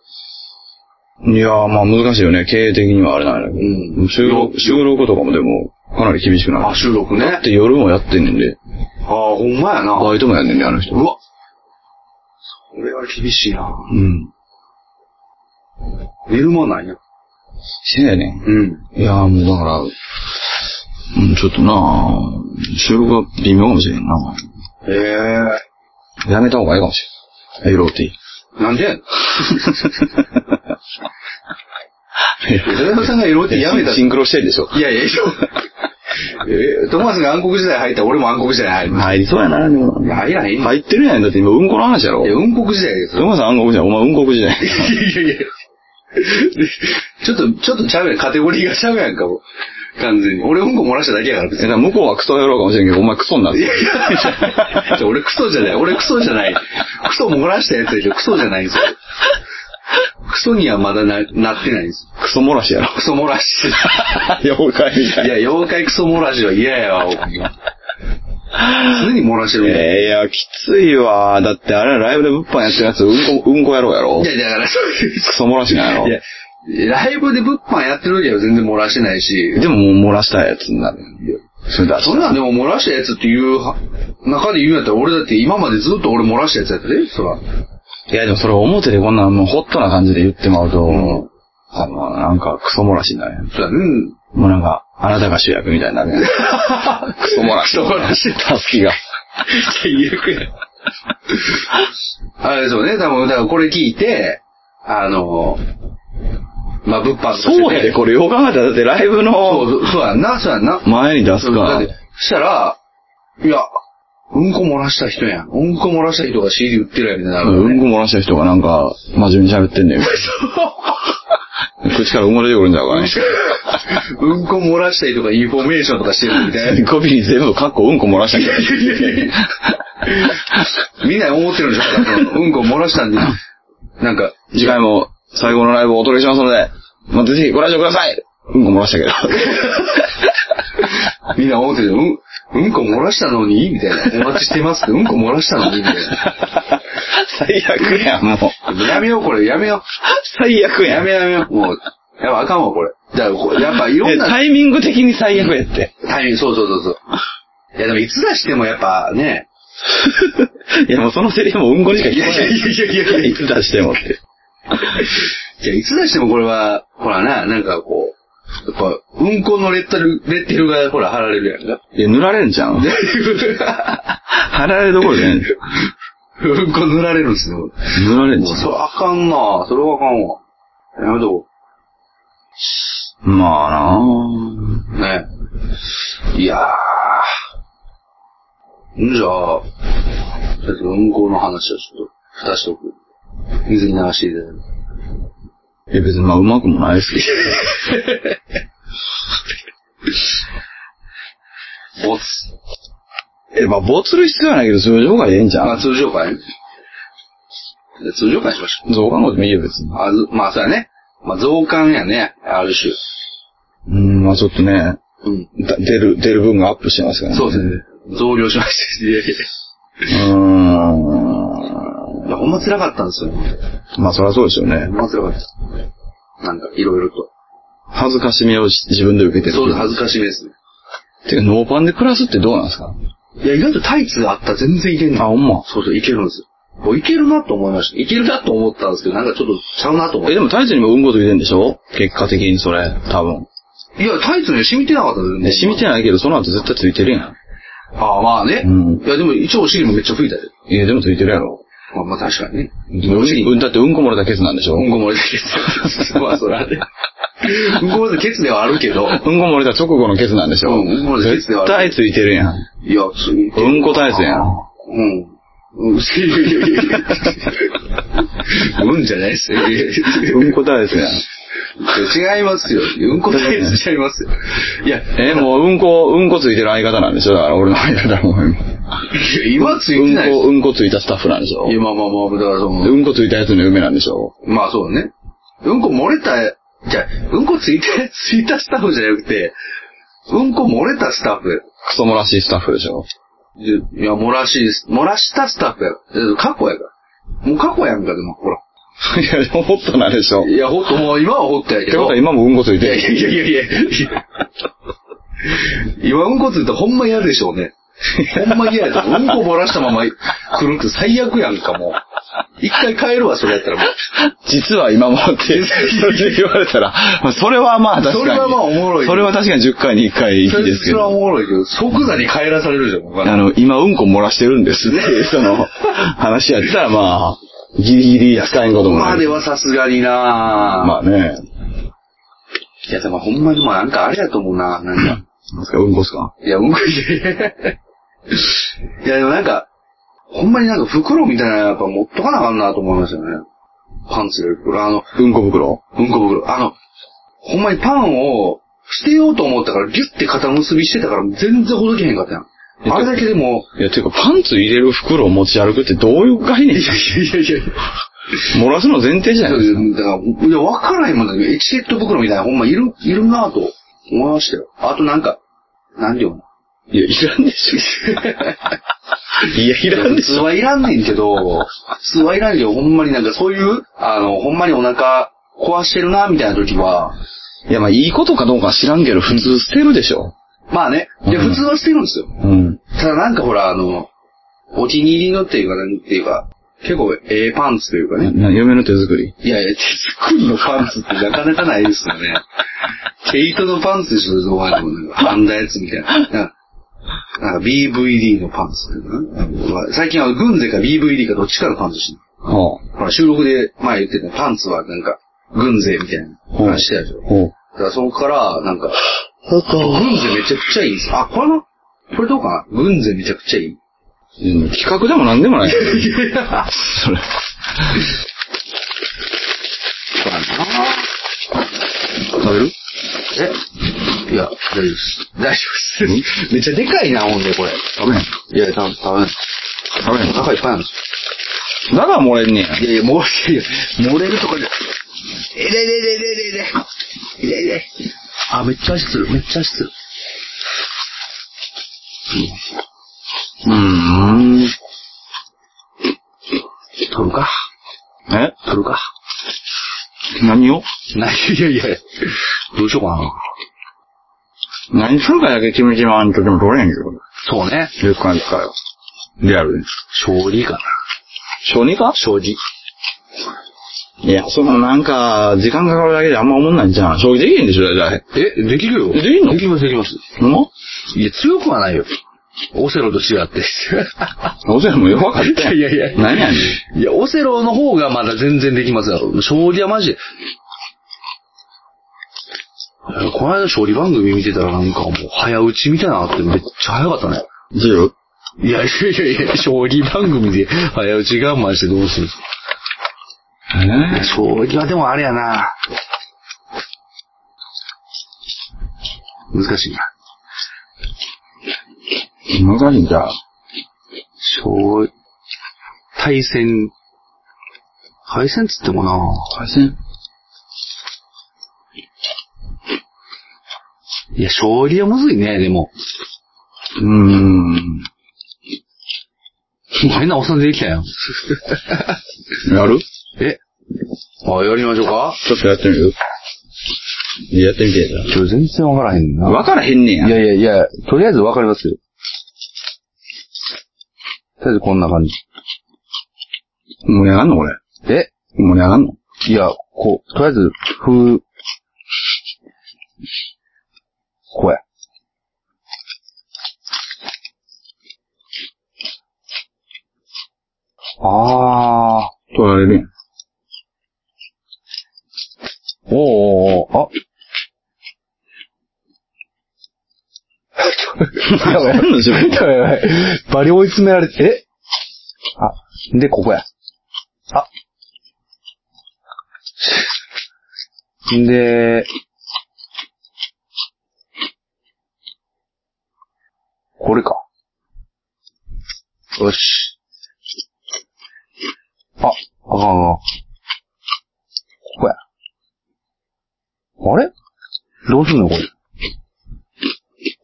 Speaker 1: いやー、まあ難しいよね。経営的にはあれなんやけど。
Speaker 4: うん
Speaker 1: 収録、収録とかもでも、かなり厳しくな
Speaker 4: あ、
Speaker 1: る。
Speaker 4: 収録ね
Speaker 1: だっ。て夜もやってんねんで、
Speaker 4: あ、ほんまやな。
Speaker 1: バイトもやんねんで、あの人。
Speaker 4: うわ。それは厳しいな。
Speaker 1: うん。
Speaker 4: 寝るもんなんや。
Speaker 1: せやねん。
Speaker 4: うん。
Speaker 1: いやーもうだから、うん、ちょっとなー収録は微妙かもしれんな。
Speaker 4: ええ
Speaker 1: やめた方がいいかもしれん。LOT。
Speaker 4: ー。なんで寺田さんがエロってやめた。
Speaker 1: シンクロしてるでしょ。
Speaker 4: いやいや、いやえトマスが暗黒時代入ったら俺も暗黒時代入る。
Speaker 1: 入りそうやな、でも。
Speaker 4: いや、入らへん。いや、
Speaker 1: 入ってるやん。だって今、うんこの話やろ。
Speaker 4: 暗黒時代です
Speaker 1: ト
Speaker 4: よ。
Speaker 1: マさん暗黒時代、お前うんこ時代。
Speaker 4: いやいやいや。ちょっと、ちょっとちゃうやん。カテゴリーがちゃうやんか、もう。完全に。俺うんこ漏らしただけやから、別
Speaker 1: え、
Speaker 4: に
Speaker 1: だから向こうはクソ野郎かもしれんけど、お前クソになる。
Speaker 4: じゃあ俺クソじゃない。俺クソじゃない。クソ漏らしたやつでしょ。クソじゃないんですよ。クソにはまだな、なってないんです。
Speaker 1: クソ漏らしやろ。
Speaker 4: クソ漏らし。
Speaker 1: 妖怪みた
Speaker 4: いや、妖怪クソ漏らしは嫌やわ、僕常に漏らしてるみたい。
Speaker 1: えー、いや、きついわ。だってあれライブで物販やってるやつ、うんこ、うんこ野郎やろ
Speaker 4: い。や、だから、そういう
Speaker 1: クソ漏らしなんやろ。
Speaker 4: いや、ライブで物販やってる時は全然漏らしてないし、
Speaker 1: でももう漏らしたやつになる。それだ。
Speaker 4: そんなんでも漏らしたやつっていうは中で言うんやったら、俺だって今までずっと俺漏らしたやつやったで、そら。
Speaker 1: いや、でもそれ表でこんなもうホットな感じで言ってまうと、
Speaker 4: ん
Speaker 1: あの、なんかクソ漏らしになるやん
Speaker 4: そうだね。
Speaker 1: もうなんか、あなたが主役みたいになるやん。クソ漏らし。
Speaker 4: クソ漏らし。
Speaker 1: たすきが。
Speaker 4: 最悪や。 あれですよね、多分、だからこれ聞いて、あの、まあ、物販としてね
Speaker 1: そうやで、これよう考えたら、だってライブ
Speaker 4: そう
Speaker 1: の
Speaker 4: そう、そうやんな、そうやんな。
Speaker 1: 前に出す
Speaker 4: だ
Speaker 1: か
Speaker 4: って、そしたら、いや、うんこ漏らした人やん。うんこ漏らした人が CD 売ってるやん、みたいな
Speaker 1: う
Speaker 4: るよね。
Speaker 1: んこ漏らした人がなんか、真面目に喋ってんねん。口から生まれてくるんじゃうかね。
Speaker 4: うんこ漏らしたりとかインフォメーションとかしてるみたいな。
Speaker 1: コピーに全部、かっこうんこ漏らした人。
Speaker 4: みんな思ってるんでしょうんこ漏らしたんで。なんか、
Speaker 1: 次回も最後のライブをお届けしますので、またぜひご来場くださいうんこ漏らしたけど。
Speaker 4: みんな思ってるようん、うんこ漏らしたのにみたいな。お待ちしてますってうんこ漏らしたのにみたいな。
Speaker 1: 最悪やん、もう。
Speaker 4: やめよう、これ。やめよ
Speaker 1: 最悪
Speaker 4: う。や
Speaker 1: やん。
Speaker 4: めようやめよう。もう、やっぱあかんわ、これ。だからこう、やっぱいろん
Speaker 1: え
Speaker 4: な
Speaker 1: タイミング的に最悪やって。
Speaker 4: タイミング、そうそうそうそう。いや、でもいつ出してもやっぱね、
Speaker 1: いや、もうそのセリフもうんこにしか聞こえない。
Speaker 4: いやいやいやいやいやいや
Speaker 1: つ出してもって。
Speaker 4: いや、いつ出してもこれは、ほらな、なんかこう、やっぱ、うんこのレッテル、レッテルがほら貼られるやんか。
Speaker 1: いや、塗られんじゃん。貼られるどころじゃない。
Speaker 4: うんこ塗られるんですよ。もう
Speaker 1: 塗られんじゃん。
Speaker 4: それあかんなそれはあかんわ。やめとこ
Speaker 1: まあなぁ。
Speaker 4: う。ねいやー。んじゃあ、ちょっとうんこの話はちょっと、蓋しとく。水に流していただく。
Speaker 1: いや別にまあうまくもないですけ
Speaker 4: ボツ。
Speaker 1: ど。え、まあボツる必要はないけど通常がええんじゃ
Speaker 4: まあ
Speaker 1: ん。
Speaker 4: 通常会じゃあ通常会しましょう。
Speaker 1: 増刊号でもいいよ別に。
Speaker 4: あずまあそうやね。まあ増刊やね。ある種。
Speaker 1: うん、まあちょっとね、
Speaker 4: うん。
Speaker 1: だ出る、出る分がアップしてますからね。
Speaker 4: そうですね。増量しました。いやい
Speaker 1: ね。うーん。
Speaker 4: やいや、ほんま辛かったんですよ。ほ
Speaker 1: まあそりゃそうですよね
Speaker 4: ん。ま辛かった。なんか、いろいろと。
Speaker 1: 恥ずかしみをし自分で受けてる。
Speaker 4: そうです、恥ずかしいですね。
Speaker 1: てか、ノーパンで暮らすってどうなんですか
Speaker 4: いや、意外とタイツがあったら全然いけん
Speaker 1: あ、
Speaker 4: の。
Speaker 1: ほんま。
Speaker 4: そうそう、いけるんですよ。おいけるなと思いました。いけるなと思ったんですけど、なんかちょっとちゃうなと思っ
Speaker 1: え、
Speaker 4: て。
Speaker 1: でもタイツにもうんこついてんでしょ結果的にそれ、多分。
Speaker 4: いや、タイツには染みてなかったです
Speaker 1: ね、
Speaker 4: ね。
Speaker 1: 染みてないけど、その後絶対ついてるやん。
Speaker 4: ああ、まあね。
Speaker 1: うん
Speaker 4: いや、でも一応お尻もめっちゃ吹いたで。
Speaker 1: いや、でもついてるやろ。
Speaker 4: まあまあ確かにね。
Speaker 1: うんうん、だってうんこ漏れたケツなんでしょ、う
Speaker 4: うん
Speaker 1: ん、
Speaker 4: こ漏れたケツ。まあそらね。うんこ漏れたケツではあるけど、
Speaker 1: こ漏れた直後のケツなんでしょ、
Speaker 4: うんうんこ漏れたケツではあ
Speaker 1: 絶
Speaker 4: る
Speaker 1: 対ついてるやん。
Speaker 4: いや、ついてる
Speaker 1: うんこタイツやん。
Speaker 4: うん。うん、い やいやいやいやうんじゃないっすよ。
Speaker 1: うんこタイツやん。
Speaker 4: 違いますよ。うんこ大好きちゃいますよ。いや、
Speaker 1: え、もう、うんこ、うんこついてる相方なんでしょだから、俺の相方も今。
Speaker 4: 今ついてない
Speaker 1: う
Speaker 4: で
Speaker 1: ん
Speaker 4: す
Speaker 1: こ、うんこついたスタッフなんでしょ
Speaker 4: いや、まあまあまあ、だからその、
Speaker 1: うんこついたやつの夢なんでしょ
Speaker 4: まあそうね。うんこ漏れた、じゃあうんこついて、ついたスタッフじゃなくて、うんこ漏れたスタッフ。
Speaker 1: クソもらしいスタッフでし ょ
Speaker 4: いや、漏らし、漏らしたスタッフや。え過去やから。もう過去やんか、でも、ほら。
Speaker 1: いや、ホットなんでしょっ
Speaker 4: いや、ほっと、もう今はほっとやけ
Speaker 1: てこ
Speaker 4: ど。
Speaker 1: とは今もうんこつい
Speaker 4: いや
Speaker 1: て
Speaker 4: い
Speaker 1: る。
Speaker 4: やいやいやいやいや。今うんこついてほんま嫌でしょうね。ほんま嫌やと思う。うんこ漏らしたまま来るって最悪やんか、もう。一回帰るわ、それやったらもう。
Speaker 1: 実は今もって、それで言われたら、まあそれはまあ確かに。
Speaker 4: それはまあおもろい
Speaker 1: それは確かに10回に1回
Speaker 4: そ
Speaker 1: 行き
Speaker 4: れ
Speaker 1: ですけ
Speaker 4: それは
Speaker 1: ど。
Speaker 4: おもろいけど、即座に帰らされるじゃん、僕は
Speaker 1: あの、今うんこ漏らしてるんですっていう、その、話やったら まあ、ギリギリ扱えんことも
Speaker 4: ま
Speaker 1: ない。
Speaker 4: ではさすがになぁ。
Speaker 1: まあね。
Speaker 4: いや、でもほんまにもうなんかあれやと思うななんか。
Speaker 1: なんですか、うんこっすか
Speaker 4: いや、うんこ、いやいやいやいや、でもなんか、ほんまになんか袋みたいなのやっぱ持っとかなあかんなと思いましたよね。パンツ入れる袋。あの、
Speaker 1: うんこ袋
Speaker 4: うんこ袋。あの、ほんまにパンを捨てようと思ったから、ギュッて肩結びしてたから、全然ほどけへんかったやん。あれだけでも、
Speaker 1: いや、ていうか、パンツ入れる袋を持ち歩くってどういう概念
Speaker 4: いやいやいや。
Speaker 1: 漏らすの前提じゃないですか。
Speaker 4: だから、いや、わからへんもんだけど、エチケット袋みたいな、ほんまいる、いるなぁと思いましたよ。あとなんか、なんていうの
Speaker 1: いや、いらんでし ょ。いや、いらん
Speaker 4: 普
Speaker 1: でし
Speaker 4: 通
Speaker 1: ょ。
Speaker 4: はいらんねんけど、普通はいらんけど、ほんまになんかそういう、あの、ほんまにお腹壊してるな、みたいな時は、
Speaker 1: いや、まあ、いいことかどうかは知らんけど、普通捨てるでしょ。
Speaker 4: まあね、で、
Speaker 1: うん
Speaker 4: 普通は捨てるんですよ。
Speaker 1: うん。
Speaker 4: ただなんかほら、あの、お気に入りのっていうか、なんていうか、結構ええパンツというか
Speaker 1: な
Speaker 4: ね。
Speaker 1: な嫁の手作り。
Speaker 4: いやいや、手作りのパンツってなかなかないですよね。毛糸のパンツでしょ、どうやってもなんか、編んだやつみたいな。なんかなんか BVD のパンツっていうかな。最近は軍勢か BVD かどっちかのパンツしてる。
Speaker 1: は
Speaker 4: ほら、収録で前言ってたパンツはなんか、軍勢みたいな
Speaker 1: あ。
Speaker 4: 話してたでしょ。だ
Speaker 1: ほう。
Speaker 4: からそこから、なんか、軍勢めちゃくちゃいいです。あ、これの、これどうかな軍勢めちゃくちゃいい。
Speaker 1: うん企画でも何でもない。 それ。食べる
Speaker 4: えいや、大丈夫です。大丈夫です。めっちゃでかいな、ほんで、これ。
Speaker 1: 食べへん。
Speaker 4: いや、多分、多分、
Speaker 1: 食べへん。
Speaker 4: お腹いっぱいなんで
Speaker 1: だ
Speaker 4: す
Speaker 1: から漏れんねや。
Speaker 4: よ。いやいや、漏れる、 漏れるとかじゃ。えれれれれれれ。えれれ。あ、めっちゃ足する、めっちゃ足する。
Speaker 1: うーん。
Speaker 4: 取るか。
Speaker 1: え
Speaker 4: 取るか。
Speaker 1: 何を
Speaker 4: ない、いやいやいや。どうしようかな。
Speaker 1: 何するかだけ決めちまわんとでも取れへんけど。
Speaker 4: そうね。
Speaker 1: 10回1回は。リアルで。
Speaker 4: 勝利かな。
Speaker 1: 小児か
Speaker 4: 勝利。
Speaker 1: いや、そのなんか、時間かかるだけであんま思んないじゃん。正直できへんでしょ、だい
Speaker 4: え、できるよ。
Speaker 1: できんの
Speaker 4: できます、できます。
Speaker 1: ほんま
Speaker 4: いや、強くはないよ。オセロと違って。
Speaker 1: おせんも弱かったやん。
Speaker 4: いやいやいや
Speaker 1: 何やねん。
Speaker 4: いや、オセロの方がまだ全然できますだろ。勝利はマジで。いやこの間勝利番組見てたらなんかもう早打ちみたいなのあってめっちゃ早かったね。
Speaker 1: 10?
Speaker 4: いやいやいやいや、勝利番組で早打ち我慢してどうするんですか
Speaker 1: え
Speaker 4: 勝利はでもあれやな難しいな。
Speaker 1: え難しいんじゃう。
Speaker 4: 勝利、対戦、対戦っつってもな
Speaker 1: 対戦
Speaker 4: いや、勝利はむずいね、でも。
Speaker 1: うーん。
Speaker 4: 変なおっさん出てきたやん。
Speaker 1: やる
Speaker 4: えあ、やりましょうか
Speaker 1: ちょっとやってみるやってみてじ
Speaker 4: ちょ、全然わからへん
Speaker 1: ゃ
Speaker 4: な。
Speaker 1: ん。わからへんねん
Speaker 4: い
Speaker 1: や。
Speaker 4: やいやいや、とりあえずわかりますよ。とりあえずこんな感じ。
Speaker 1: 盛り上がんのこれ。
Speaker 4: え
Speaker 1: 盛り上がんの
Speaker 4: いや、こう、とりあえず、ふう、こうや。あー。
Speaker 1: 取られるやん。
Speaker 4: おーおーおー、あ。やばい
Speaker 1: やんの自分。
Speaker 4: やばいやばい。バリ追い詰められて、えあ、で、ここや。あ。んで、これか。よし。あ、あかんあかん。ここや。あれどうすんのこれ。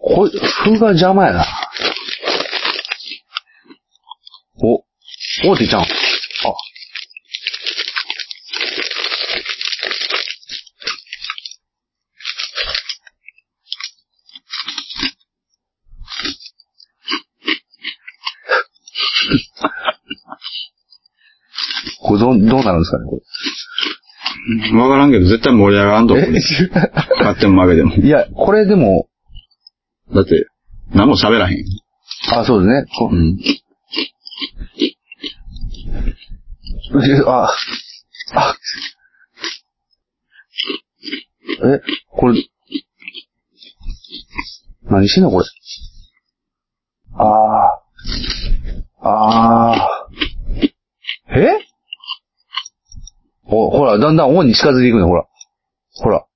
Speaker 4: これ、風が邪魔やな。お、おてちゃん。あ。これどう、どうなるんですかね、これ。
Speaker 1: わからんけど、絶対盛り上がらんと思 う。勝っても負けても。
Speaker 4: いや、これでも、
Speaker 1: だって、何も喋らへん。
Speaker 4: あ、そうですね。こ
Speaker 1: うん。
Speaker 4: えあ、あ。え、これ、何してんのこれ。ああ。ああ。えお、ほら、だんだんオンに近づいていくね、ほら。ほら。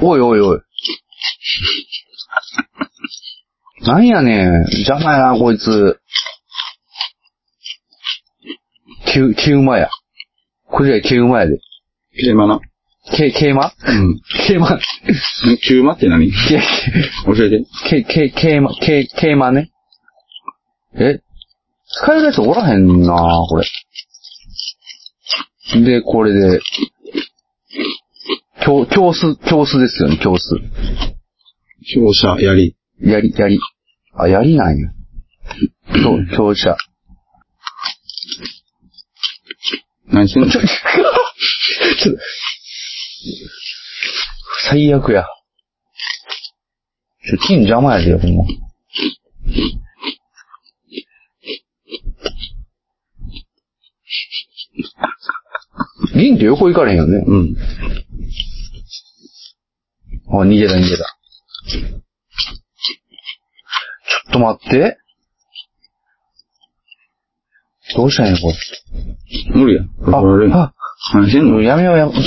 Speaker 4: おいおいおい。なんやねん。邪魔やな、こいつ。急、急馬や。これじゃ急馬やで。
Speaker 1: 桂馬な。
Speaker 4: け、桂馬
Speaker 1: うん。
Speaker 4: 桂馬、
Speaker 1: 急馬って何
Speaker 4: け、
Speaker 1: 教えて。
Speaker 4: け、け、桂馬、け、桂馬ね。え使えるやつおらへんなこれ。で、これで、教、教数、教数ですよね、教数。
Speaker 1: 強者、槍。
Speaker 4: やり、やり。あ、やりなんや。教、教者。
Speaker 1: 何してんの
Speaker 4: ちょっと最悪や。ちょ、金邪魔やで、ほんま。銀って横行かれへんよね。
Speaker 1: うん。
Speaker 4: あ、逃げた逃げた。ちょっと待って。どうしたんや、これ。
Speaker 1: 無理や。
Speaker 4: あ、
Speaker 1: 怒られる
Speaker 4: あ、
Speaker 1: 何してん
Speaker 4: も
Speaker 1: の
Speaker 4: うやめようやめよ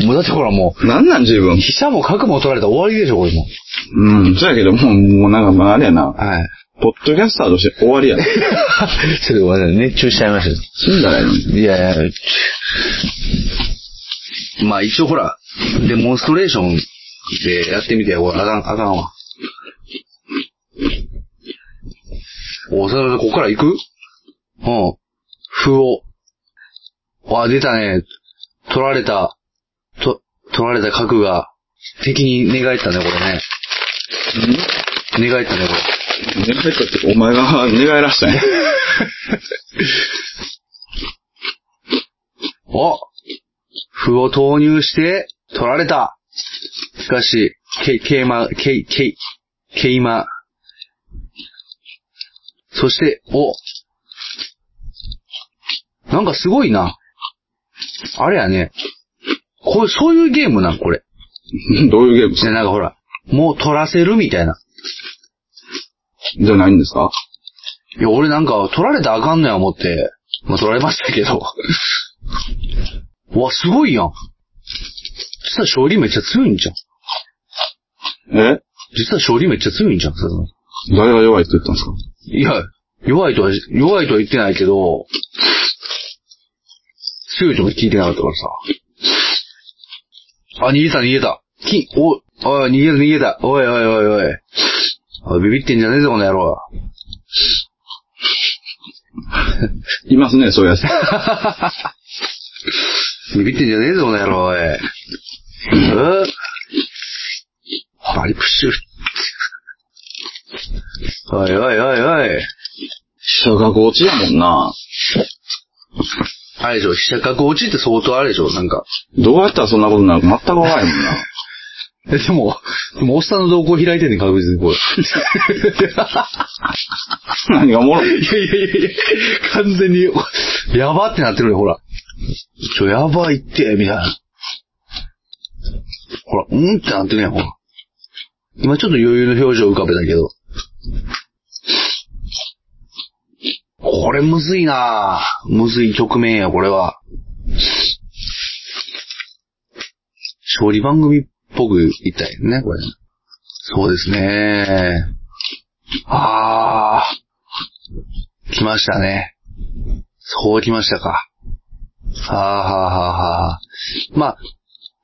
Speaker 4: う。もうだってほらも
Speaker 1: なんなん自分
Speaker 4: う、。飛車も角も取られたら終わりでしょ、これもう。
Speaker 1: うん。そうやけど、もう、もうなんか、まあ、あれやな。
Speaker 4: はい。
Speaker 1: ポッドキャスターとして終わりや。
Speaker 4: ちょっとごめんなさい、熱中しちゃいました。
Speaker 1: 死んだらやのに。
Speaker 4: いやいや、まあ一応ほら、デモンストレーションでやってみてよ、ほら、あかん、あかんわ。お、それここから行くうん。歩を。わ、出たね。取られた、と、取られた角が、敵に寝返ったね、これね。寝返ったね、これ。
Speaker 1: 寝返ったって、お前が寝返らしたんや。
Speaker 4: お歩を投入して、取られたしかし、け、けいま、けい、けい、けいま。そして、おなんかすごいな。あれやね。これ、そういうゲームなん、これ。
Speaker 1: どういうゲーム
Speaker 4: ね、なんかほら、もう取らせるみたいな。
Speaker 1: じゃないんですか
Speaker 4: いや、俺なんか、取られたらあかんのや思って、まあ、取られましたけど。 うわ、すごいやん。実は勝利めっちゃ強いんじゃん。
Speaker 1: え
Speaker 4: 実は勝利めっちゃ強いんじゃん、その
Speaker 1: 誰が弱いって言ったんですか
Speaker 4: いや、弱いとは、弱いとは言ってないけど、強いとも聞いてなかったからさ。あ、逃げた逃げた。金、お、おい、逃げる逃げた。おいおいおいおい。おい、ビビってんじゃねえぞ、この野郎。
Speaker 1: いますね、そういうやつ。
Speaker 4: ビビってんじゃねえぞ、この野郎、おい。えバリプッシュ。おいおいおいおい。
Speaker 1: 飛車角落ちやもんな。
Speaker 4: あれでしょ、飛車角落ちって相当あれでしょ、なんか。
Speaker 1: どうやったらそんなことになるか全くわからへんもんな。
Speaker 4: え、でも、でもおっさんの動向開いてんねん、確実にこれ。
Speaker 1: 何がおもろい
Speaker 4: いやいやいやいや、完全に、やばってなってるよ、ほら。ちょ、やばいって、みたいな。ほら、うんってなってるやん、ほら。今ちょっと余裕の表情浮かべたけど。これむずいなぁ。むずい局面や、これは。勝利番組っぽくいったいね、これ。そうですね。あー。来ましたね。そう来ましたか。はあはあはあはあ。まあ、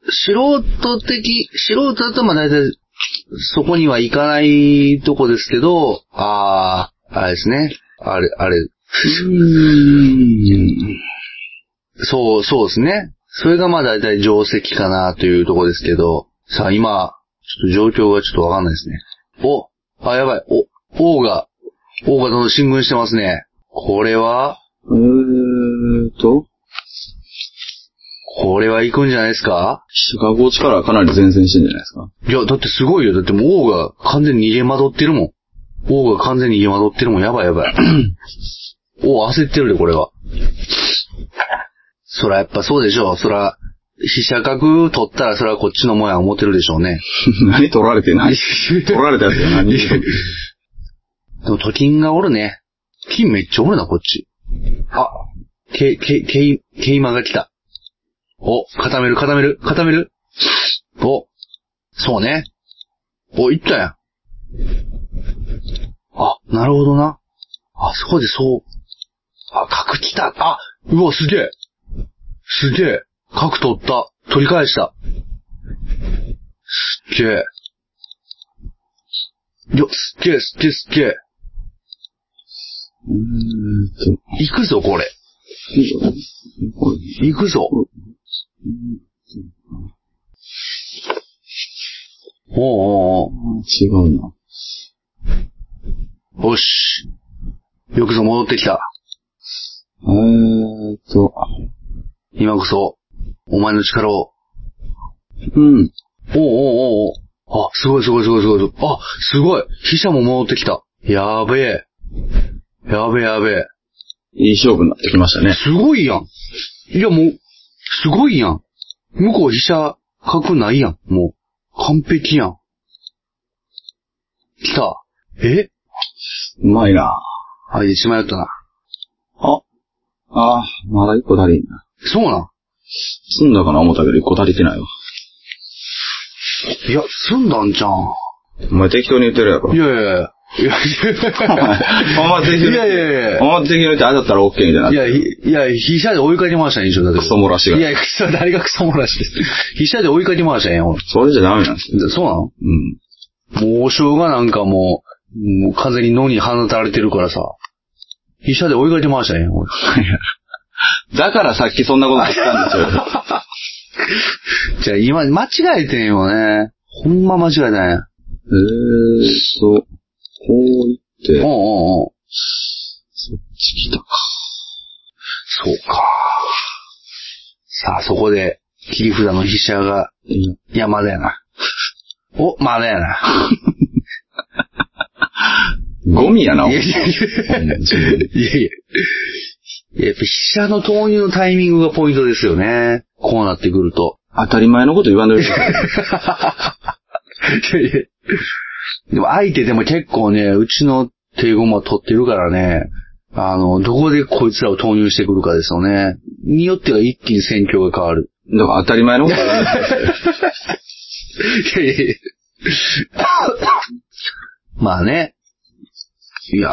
Speaker 4: 素人的、素人だとまあ大体、そこには行かないとこですけど、ああ、あれですね。あれ、あれ。そう、そうですね。それがまあ大体定石かなというとこですけど、さあ今、ちょっと状況がちょっとわかんないですね。お、あ、やばい、お、王が、王がどんどん進軍してますね。これは、
Speaker 1: うーんと、
Speaker 4: これは行くんじゃないですか
Speaker 1: シカゴ地からかなり前線してんじゃないですか。
Speaker 4: いや、だってすごいよ。だってもう王が完全に逃げ惑ってるもん。王が完全に逃げ惑ってるもん。やばいやばい。 王焦ってるで、これは。そらやっぱそうでしょう。そら、飛車角取ったらそらこっちのもんや思ってるでしょうね。
Speaker 1: 何取られて ない取られたやつや何
Speaker 4: でも、と金がおるね。金めっちゃおるな、こっち。あ、け、け、けい、けいまが来た。お、固める、固める、固める。お、そうね。お、いったやん。あ、なるほどな。あ、そこでそう。あ、角来た。あ、うわ、すげえ。すげえ。角取った。取り返した。すっげえ。よ、すっげえ、すっげえ、すっげえ。
Speaker 1: うーんと、
Speaker 4: 行くぞ、これ。
Speaker 1: これ
Speaker 4: 行くぞ。おうおう
Speaker 1: 違うな。
Speaker 4: おう。よし。よくぞ戻ってきた。
Speaker 1: えーっと、
Speaker 4: 今こそ、お前の力を。
Speaker 1: うん。
Speaker 4: おうおうおうおう。あ、すごいすごいすごいすごいすごい。あ、すごい。飛車も戻ってきた。やべえ。やべえやべえ。
Speaker 1: いい勝負になってきましたね。
Speaker 4: すごいやん。いやもう、すごいやん。向こう飛車角ないやん。もう、完璧やん。来た。え
Speaker 1: うまいな。
Speaker 4: あ、いしまよったな。
Speaker 1: あ、あーまだ一個足りんな。
Speaker 4: そうなん。
Speaker 1: 済んだかな思ったけど一個足りてないわ。
Speaker 4: いや、済んだんじゃん。
Speaker 1: お前適当に言ってるやろ
Speaker 4: い。やいやいや。いや
Speaker 1: お前お前適当に
Speaker 4: いやい
Speaker 1: 言って。
Speaker 4: やい
Speaker 1: お
Speaker 4: や。
Speaker 1: 前適当に言ってあれだったら OK みたいになっ
Speaker 4: い
Speaker 1: て。
Speaker 4: や、ひいや、飛車で追いかけ回したんでしょ、だって。
Speaker 1: クソ漏らしが
Speaker 4: いや、クソ、誰がクソ漏らしです。飛車で追いかけ回したんや、俺。
Speaker 1: それじゃダメなんですよ。
Speaker 4: そうなの
Speaker 1: うん。
Speaker 4: もう、王将がなんかもう、もう完全に野に放たれてるからさ。飛車で追いかけ回したんや、俺。
Speaker 1: だからさっきそんなこと言ったんですよ。
Speaker 4: じゃあ、今、間違えてんよね。ほんま間違えたんや。
Speaker 1: えーっと、こう言って、こっ
Speaker 4: おうおうおう。
Speaker 1: ち来たか。
Speaker 4: そうか。さあ、そこで、切り札の飛車が
Speaker 1: うん
Speaker 4: いや、まだやな。お、まだやな。
Speaker 1: ゴミやな、お
Speaker 4: いや
Speaker 1: 前
Speaker 4: いやいや。
Speaker 1: ほんまに自分で
Speaker 4: いやいや。やっぱ飛車の投入のタイミングがポイントですよね。こうなってくると。
Speaker 1: 当たり前のこと言わんといてください。
Speaker 4: いやいや。 でも相手でも結構ね、うちの手駒は取ってるからね、あの、どこでこいつらを投入してくるかですよね。によっては一気に戦況が変わる。
Speaker 1: だから当たり前のこと言わんといてください。
Speaker 4: いやいやいや。まあね。いやー、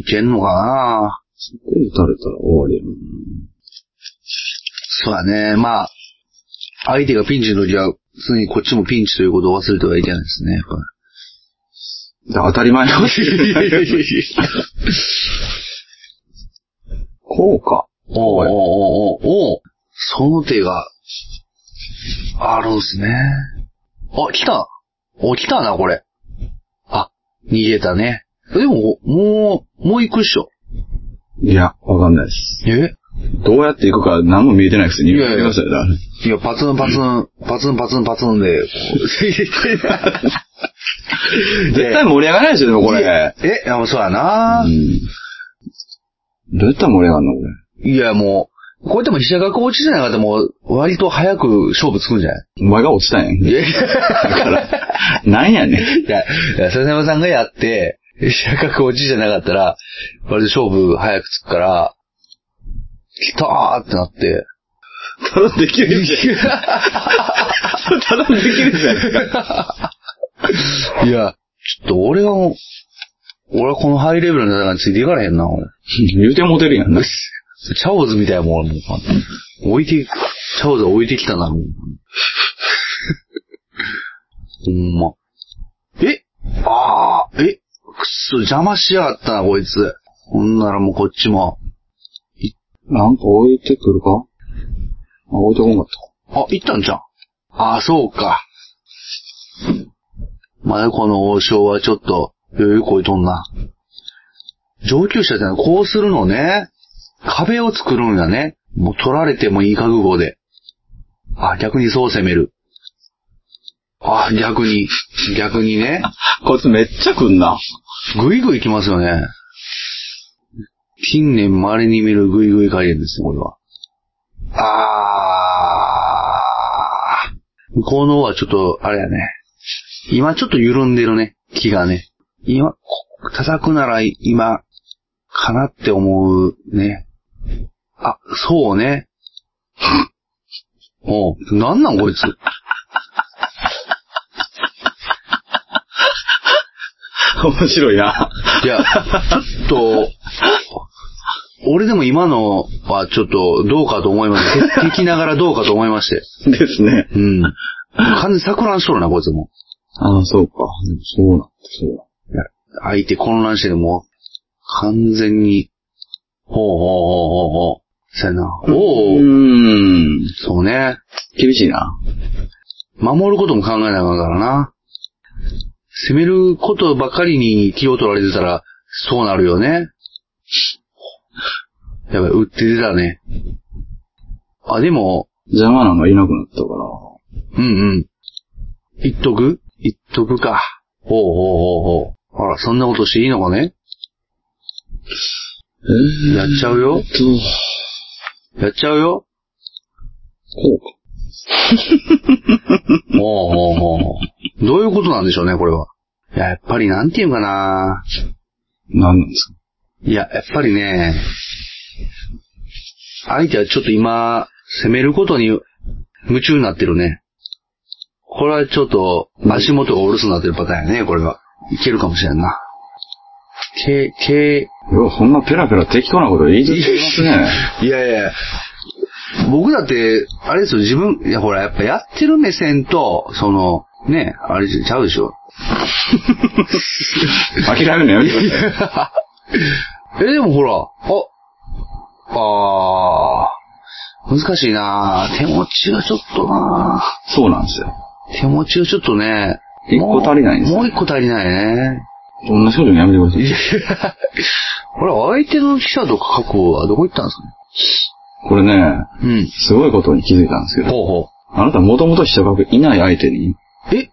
Speaker 4: いけんのかな
Speaker 1: これ打たれたら終わりやもん。
Speaker 4: そうだね。まあ、相手がピンチの時は、常にこっちもピンチということを忘れてはいけないですね。
Speaker 1: だか
Speaker 4: やっぱ
Speaker 1: ら当たり前のこと言わんといてください。こうか。
Speaker 4: おうおうおうおうおうその手が、あるんすね。あ、来たお、来たな、これ。あ、逃げたね。でも、もう、もう行くっしょ。
Speaker 1: いや、わかんないです。
Speaker 4: え
Speaker 1: どうやっていくか何も見えてないくせに
Speaker 4: い
Speaker 1: 言
Speaker 4: や
Speaker 1: っ
Speaker 4: い
Speaker 1: て
Speaker 4: や
Speaker 1: くださいよ。だから
Speaker 4: いや、パツンパツン、パツンパツンパツンで、こう
Speaker 1: 絶対盛り上がらないですよ、でもこれ。
Speaker 4: え、いやもうそうやな
Speaker 1: うん。どうやったら盛り上がるのこれ。
Speaker 4: いや、もう、こうやっても飛車が落ちじゃなかったらもう、割と早く勝負つくんじゃない
Speaker 1: お前が落ちたんやん。
Speaker 4: い
Speaker 1: だ
Speaker 4: やい
Speaker 1: から、なんやねん。
Speaker 4: や、いや、笹山さんがやって、飛車が落ちじゃなかったら、割と勝負早くつくから、来たーってなって、
Speaker 1: 頼んできるじ ゃん。それ頼んできるじゃないですか。
Speaker 4: いや、ちょっと俺はもう、俺はこのハイレベルの戦いについていかれへんな、俺。
Speaker 1: 言うてもうてるやんな。
Speaker 4: チャオズみたいなもん、もう。置いて、チャオズ置いてきたな、もう。ほんま。えああ、えくそ、邪魔しやがったな、こいつ。ほんならもうこっちも。
Speaker 1: なんか置いてくるかあ、置いてこんかったか。
Speaker 4: あ、行ったんじゃん。ああ、そうか。まだこの王将はちょっと、余裕こいとんな。上級者ってのはこうするのね。壁を作るんだね。もう取られてもいい覚悟で。あ、逆にそう攻める。あ、逆に、逆にね。
Speaker 1: こいつめっちゃ来んな。
Speaker 4: ぐいぐい来ますよね。近年稀に見るぐいぐい加減ですよ、これは。あー。向こうの方はちょっと、あれやね。今ちょっと緩んでるね、気がね。今、こ叩くなら今、かなって思うね。あ、そうね。 おう、なんなんこいつ。
Speaker 1: 面白いな。
Speaker 4: いや、ちょっと、俺でも今のはちょっとどうかと思いまして、敵ながらどうかと思いまして。
Speaker 1: ですね。
Speaker 4: うん。完全に錯乱しとるな、こいつも。
Speaker 1: ああ、そうか。でもそうなんだ、そうだ。
Speaker 4: 相手混乱してるもう、完全に、ほうほうほうほうほう。せやな。お
Speaker 1: うー
Speaker 4: う、
Speaker 1: ん。
Speaker 4: そうね。
Speaker 1: 厳しいな。
Speaker 4: 守ることも考えなあかんからな。攻めることばかりに気を取られてたら、そうなるよね。やばい、売って出たね。あ、でも、
Speaker 1: 邪魔なのいなくなったから。
Speaker 4: うんうん。言っとく言っとくか。ほうほうほうほう。あら、そんなことしていいのかね
Speaker 1: え
Speaker 4: やっちゃうよ。
Speaker 1: えと、
Speaker 4: やっちゃうよ。
Speaker 1: こうか。
Speaker 4: ほうほうほうほう。どういうことなんでしょうね、これは。いや、やっぱりなんていうんかな
Speaker 1: なんなんですか
Speaker 4: いや、やっぱりね、相手はちょっと今、攻めることに夢中になってるね。これはちょっと、足元がお留守になってるパターンやね、これは。いけるかもしれんな。け、け、
Speaker 1: よう、そんなペラペラ適当なこと言い続けますね。
Speaker 4: いやいや、僕だって、あれですよ、自分、いやほら、やっぱやってる目線と、その、ね、あれちゃうでしょ。
Speaker 1: 諦めるのやめてく ださい。
Speaker 4: え、でもほら、あ、あー、難しいな手持ちがちょっとな
Speaker 1: そうなんですよ。
Speaker 4: 手持ちがちょっとね、
Speaker 1: 一個足りないんですよ
Speaker 4: もう一個足りないね。
Speaker 1: 同じことやめてくださ
Speaker 4: い
Speaker 1: い。
Speaker 4: や ほら、相手の記者とか過去はどこ行ったんです
Speaker 1: これね、
Speaker 4: かね
Speaker 1: すごいことに気づいたんですけ
Speaker 4: うん。
Speaker 1: ど、
Speaker 4: ほうほ
Speaker 1: あなたもともと飛車角いない相手に、
Speaker 4: う。え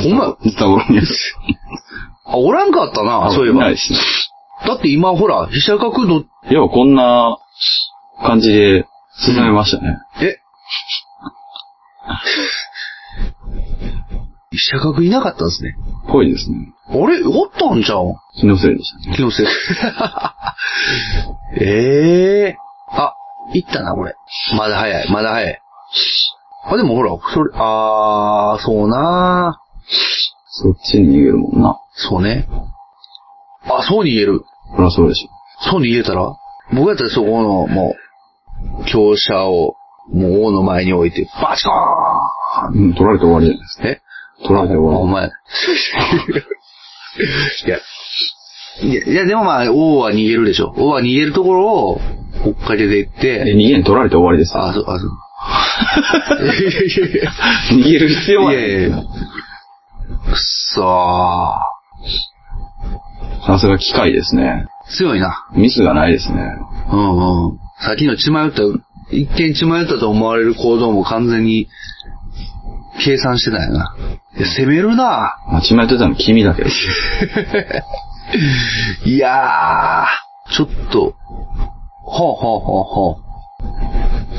Speaker 4: ほんま、
Speaker 1: ズタボロにやつ。
Speaker 4: あ、おらんかったな、そういえ
Speaker 1: な
Speaker 4: ば。
Speaker 1: いし。
Speaker 4: だって今ほら、飛車角度、
Speaker 1: 要はこんな感じで進めましたね。
Speaker 4: え飛車角いなかったんですね。
Speaker 1: ぽいですね。
Speaker 4: あれおったんじゃん。
Speaker 1: 気のせいでしたね。
Speaker 4: 気のせい。 ええあ、行ったな、これ。まだ早い、まだ早い。あ、でもほら、それ、あー、そうな
Speaker 1: そっちに逃げるもんな。
Speaker 4: そうね。あ、そうに言える。
Speaker 1: そりゃそうでし
Speaker 4: そうに言えたら僕やったらそこの、もう、強者を、もう王の前に置いて、バチコ
Speaker 1: ょ。うん、取られて終わりじゃないです
Speaker 4: ーンえ
Speaker 1: か。取られて
Speaker 4: お
Speaker 1: 終わ
Speaker 4: 前。いや。いや、いやでもまあ、王は逃げるでしょ。王は逃げるところを、追っかけていって
Speaker 1: り。え、、逃げん取られて終わりです。
Speaker 4: あ、そう、あ、 そう。いやいやいや
Speaker 1: 逃げる必要はい
Speaker 4: やいやいや
Speaker 1: ない。
Speaker 4: くそ
Speaker 1: さすが機械ですね。
Speaker 4: ー。強いな。
Speaker 1: ミスがないですね。
Speaker 4: うんうん。さっきの血迷った、一見血迷ったと思われる行動も完全に、計算してたんやな。いや、攻めるな
Speaker 1: 間違えてたの君だけです。
Speaker 4: いやー、ちょっと、ほうほうほうほう。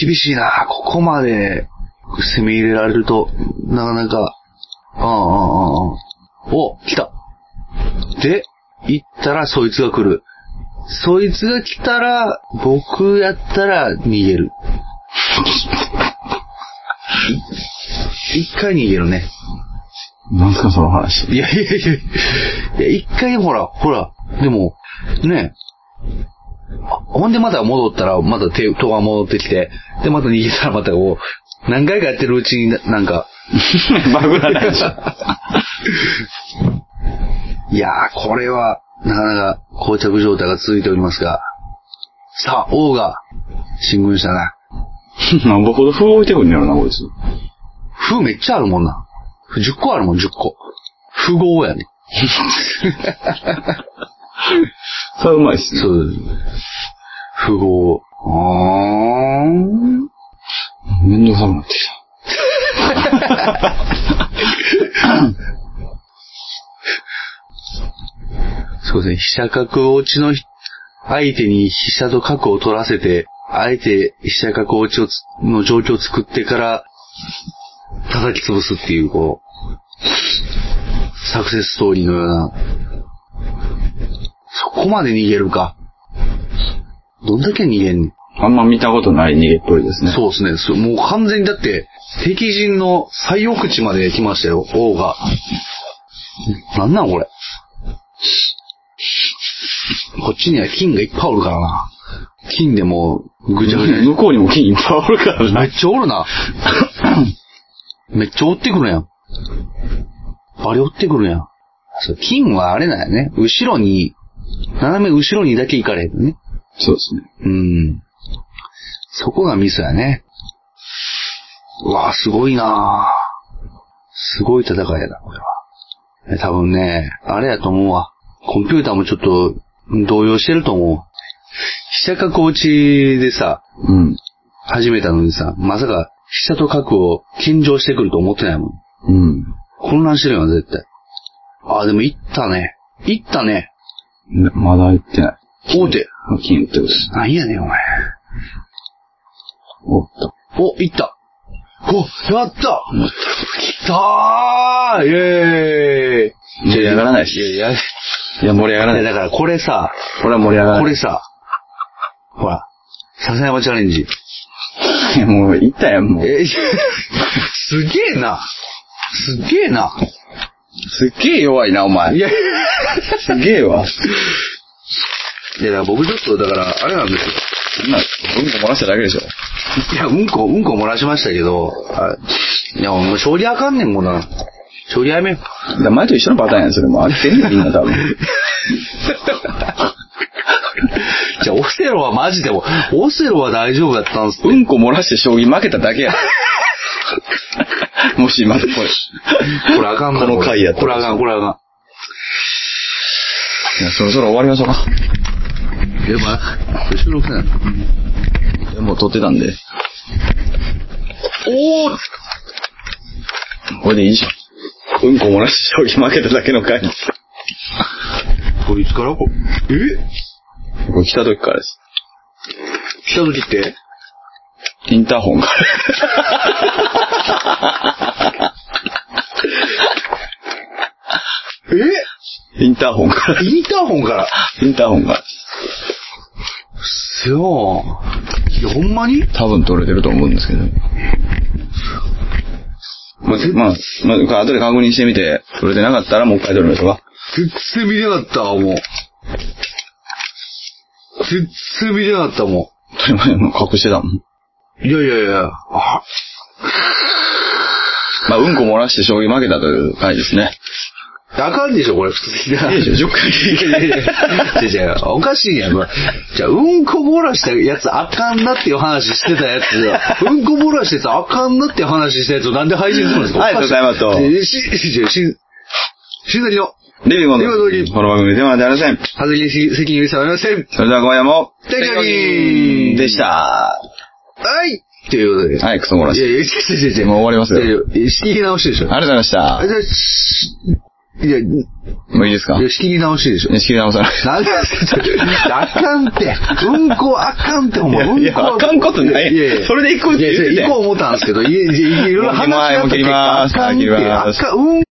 Speaker 4: 厳しいなここまで攻め入れられると、なかなか、うんうんうんうん。お、来た。で、行ったらそいつが来る。そいつが来たら、僕やったら逃げる。一回逃げるね。
Speaker 1: なんすかその話。
Speaker 4: いやいやいや、いや、一回ほら、ほら、でも、ねあほんでまた戻ったら、また手、戸が戻ってきて、で、また逃げたらまたこう、何回かやってるうちにな、なんか、
Speaker 1: バグらないでしょ。
Speaker 4: いやー、これは、なかなか、膠着状態が続いておりますが、さあ、王が、進軍したな。
Speaker 1: なんぼほど風置いてくんねやろな、こいつ。
Speaker 4: 風めっちゃあるもんな。10個あるもん、10個。符号やね。
Speaker 1: それはうまいっすね。
Speaker 4: そう。符号。あーん。
Speaker 1: めんどくさくなってきた。
Speaker 4: そうですね、飛車角落ちのひ、相手に飛車と角を取らせて、あえて飛車角落ちをつの状況を作ってから、叩き潰すっていう、こう、サクセスストーリーのような。そこまで逃げるか。どんだけ逃げんねん。
Speaker 1: あんま見たことない逃げっぽいですね。
Speaker 4: そうですねそう。もう完全にだって、敵陣の最奥地まで来ましたよ、王が。なんなんこれ。こっちには金がいっぱいおるからな。金でもう、ぐちゃぐちゃに。
Speaker 1: 向こうにも金いっぱいおるから
Speaker 4: め
Speaker 1: な
Speaker 4: っ。ちゃおるな。 めっちゃ追ってくるやん。バリ追ってくるやん。そう金はあれだよね。後ろに、斜め後ろにだけ行かれへんのね。
Speaker 1: そうですね。
Speaker 4: うん。そこがミスやね。うわあすごいなあすごい戦いやな、これは。え多分ね、あれやと思うわ。コンピューターもちょっと動揺してると思う。飛車角落ちでさ、
Speaker 1: うん。
Speaker 4: 始めたのにさ、まさか飛車と角を献上してくると思ってないもん。
Speaker 1: うん。
Speaker 4: 混乱してるよな、絶対。ああ、でも行ったね。行ったね。
Speaker 1: まだ行ってない。
Speaker 4: 大手。
Speaker 1: 金売ってるし。
Speaker 4: なんやねん、お前。
Speaker 1: おった。
Speaker 4: お、行った。お、やった来たーイェーイ
Speaker 1: 盛り上がらないし。
Speaker 4: いやいや、
Speaker 1: いや、盛り上がらない。
Speaker 4: だからこれさ、
Speaker 1: これは盛り上がら
Speaker 4: こ
Speaker 1: ない。
Speaker 4: れさ、ほら、笹山チャレンジ。
Speaker 1: これ、もう、いったやん、もう。
Speaker 4: え、すげえな。すげえな。
Speaker 1: すっげえ弱いな、お前。
Speaker 4: いや、い
Speaker 1: すげえわ。
Speaker 4: や、だから僕ちょっと、だから、あれなんですよ。
Speaker 1: そんな、うんこ漏らしただけでしょ。
Speaker 4: いや、うんこ、うんこ漏らしましたけど、あいや、もう勝利あかんねん、もうな。勝利やめよう。
Speaker 1: だから前と一緒のパターンやん、それもう。あれってんねんみんな 多分。
Speaker 4: じゃあ、オセロはマジでも、オセロは大丈夫だったんすって
Speaker 1: うんこ漏らして将棋負けただけ や。もし今のこれ。
Speaker 4: これあかんな
Speaker 1: この回やった
Speaker 4: これあかん、これあか
Speaker 1: いや、そろそろ終わりましょうか。
Speaker 4: ん。でも、これ収録せない。
Speaker 1: いやもう撮ってたんで。
Speaker 4: おー
Speaker 1: これでいいでしょ。うんこ漏らして将棋負けただけの回です。
Speaker 4: これいつからこえ
Speaker 1: これ来た時からです。
Speaker 4: 来た時って
Speaker 1: インターホンから。
Speaker 4: え
Speaker 1: インターホンから。
Speaker 4: インターホンから。
Speaker 1: インターホンから。
Speaker 4: そう。いや、ほんまに
Speaker 1: 多分撮れてると思うんですけど。まあ、まあ、まあ、後で確認してみて、撮れてなかったらもう一回撮りましょうか。
Speaker 4: 全然見れなかったわ、もう。全然見れなかった、も
Speaker 1: 当たり前もう隠してたもん。
Speaker 4: う。いやいやいや。あ、
Speaker 1: まあ、うんこ漏らして将棋負けたという回ですね。
Speaker 4: あかんでしょ、これ、普通にな。
Speaker 1: いいでしょ、10回。
Speaker 4: いやいやいやじゃおかしいやん、これ。じゃあうんこ漏らしたやつあかんなっていう話してたやつ、うんこ漏らしてたあかんなっていう話したやつをなんで配信するんですか
Speaker 1: はいありがとうござい
Speaker 4: ます。し、し、し、し、しんざりの、
Speaker 1: レビューも
Speaker 4: レビューも同時に
Speaker 1: この番組ではありません。
Speaker 4: はずきに責任を許されません。
Speaker 1: それでは今夜も、
Speaker 4: テキャキーン
Speaker 1: でした。
Speaker 4: はいっていうことで。
Speaker 1: はい、クソ漏ら
Speaker 4: い
Speaker 1: し。
Speaker 4: や
Speaker 1: あ
Speaker 4: い
Speaker 1: り
Speaker 4: や、違う違う違う。
Speaker 1: もう終わりますよ
Speaker 4: いやいや仕切り直しでしょ。
Speaker 1: がとうございました
Speaker 4: あ、。じゃあしいや、い
Speaker 1: もういいですか
Speaker 4: や、仕切り直しでしょ。
Speaker 1: 仕切り直さない。
Speaker 4: なんで、あかんって。うんこあかんって、お前。うんこ
Speaker 1: いやあかんことない
Speaker 4: やや
Speaker 1: それで行こうって言ってた
Speaker 4: いやいや行こう思ったんですけど、いやいやいろいろ話し合
Speaker 1: もう
Speaker 4: った結果
Speaker 1: 切ります
Speaker 4: あかんって。
Speaker 1: もう切ります
Speaker 4: あかんうん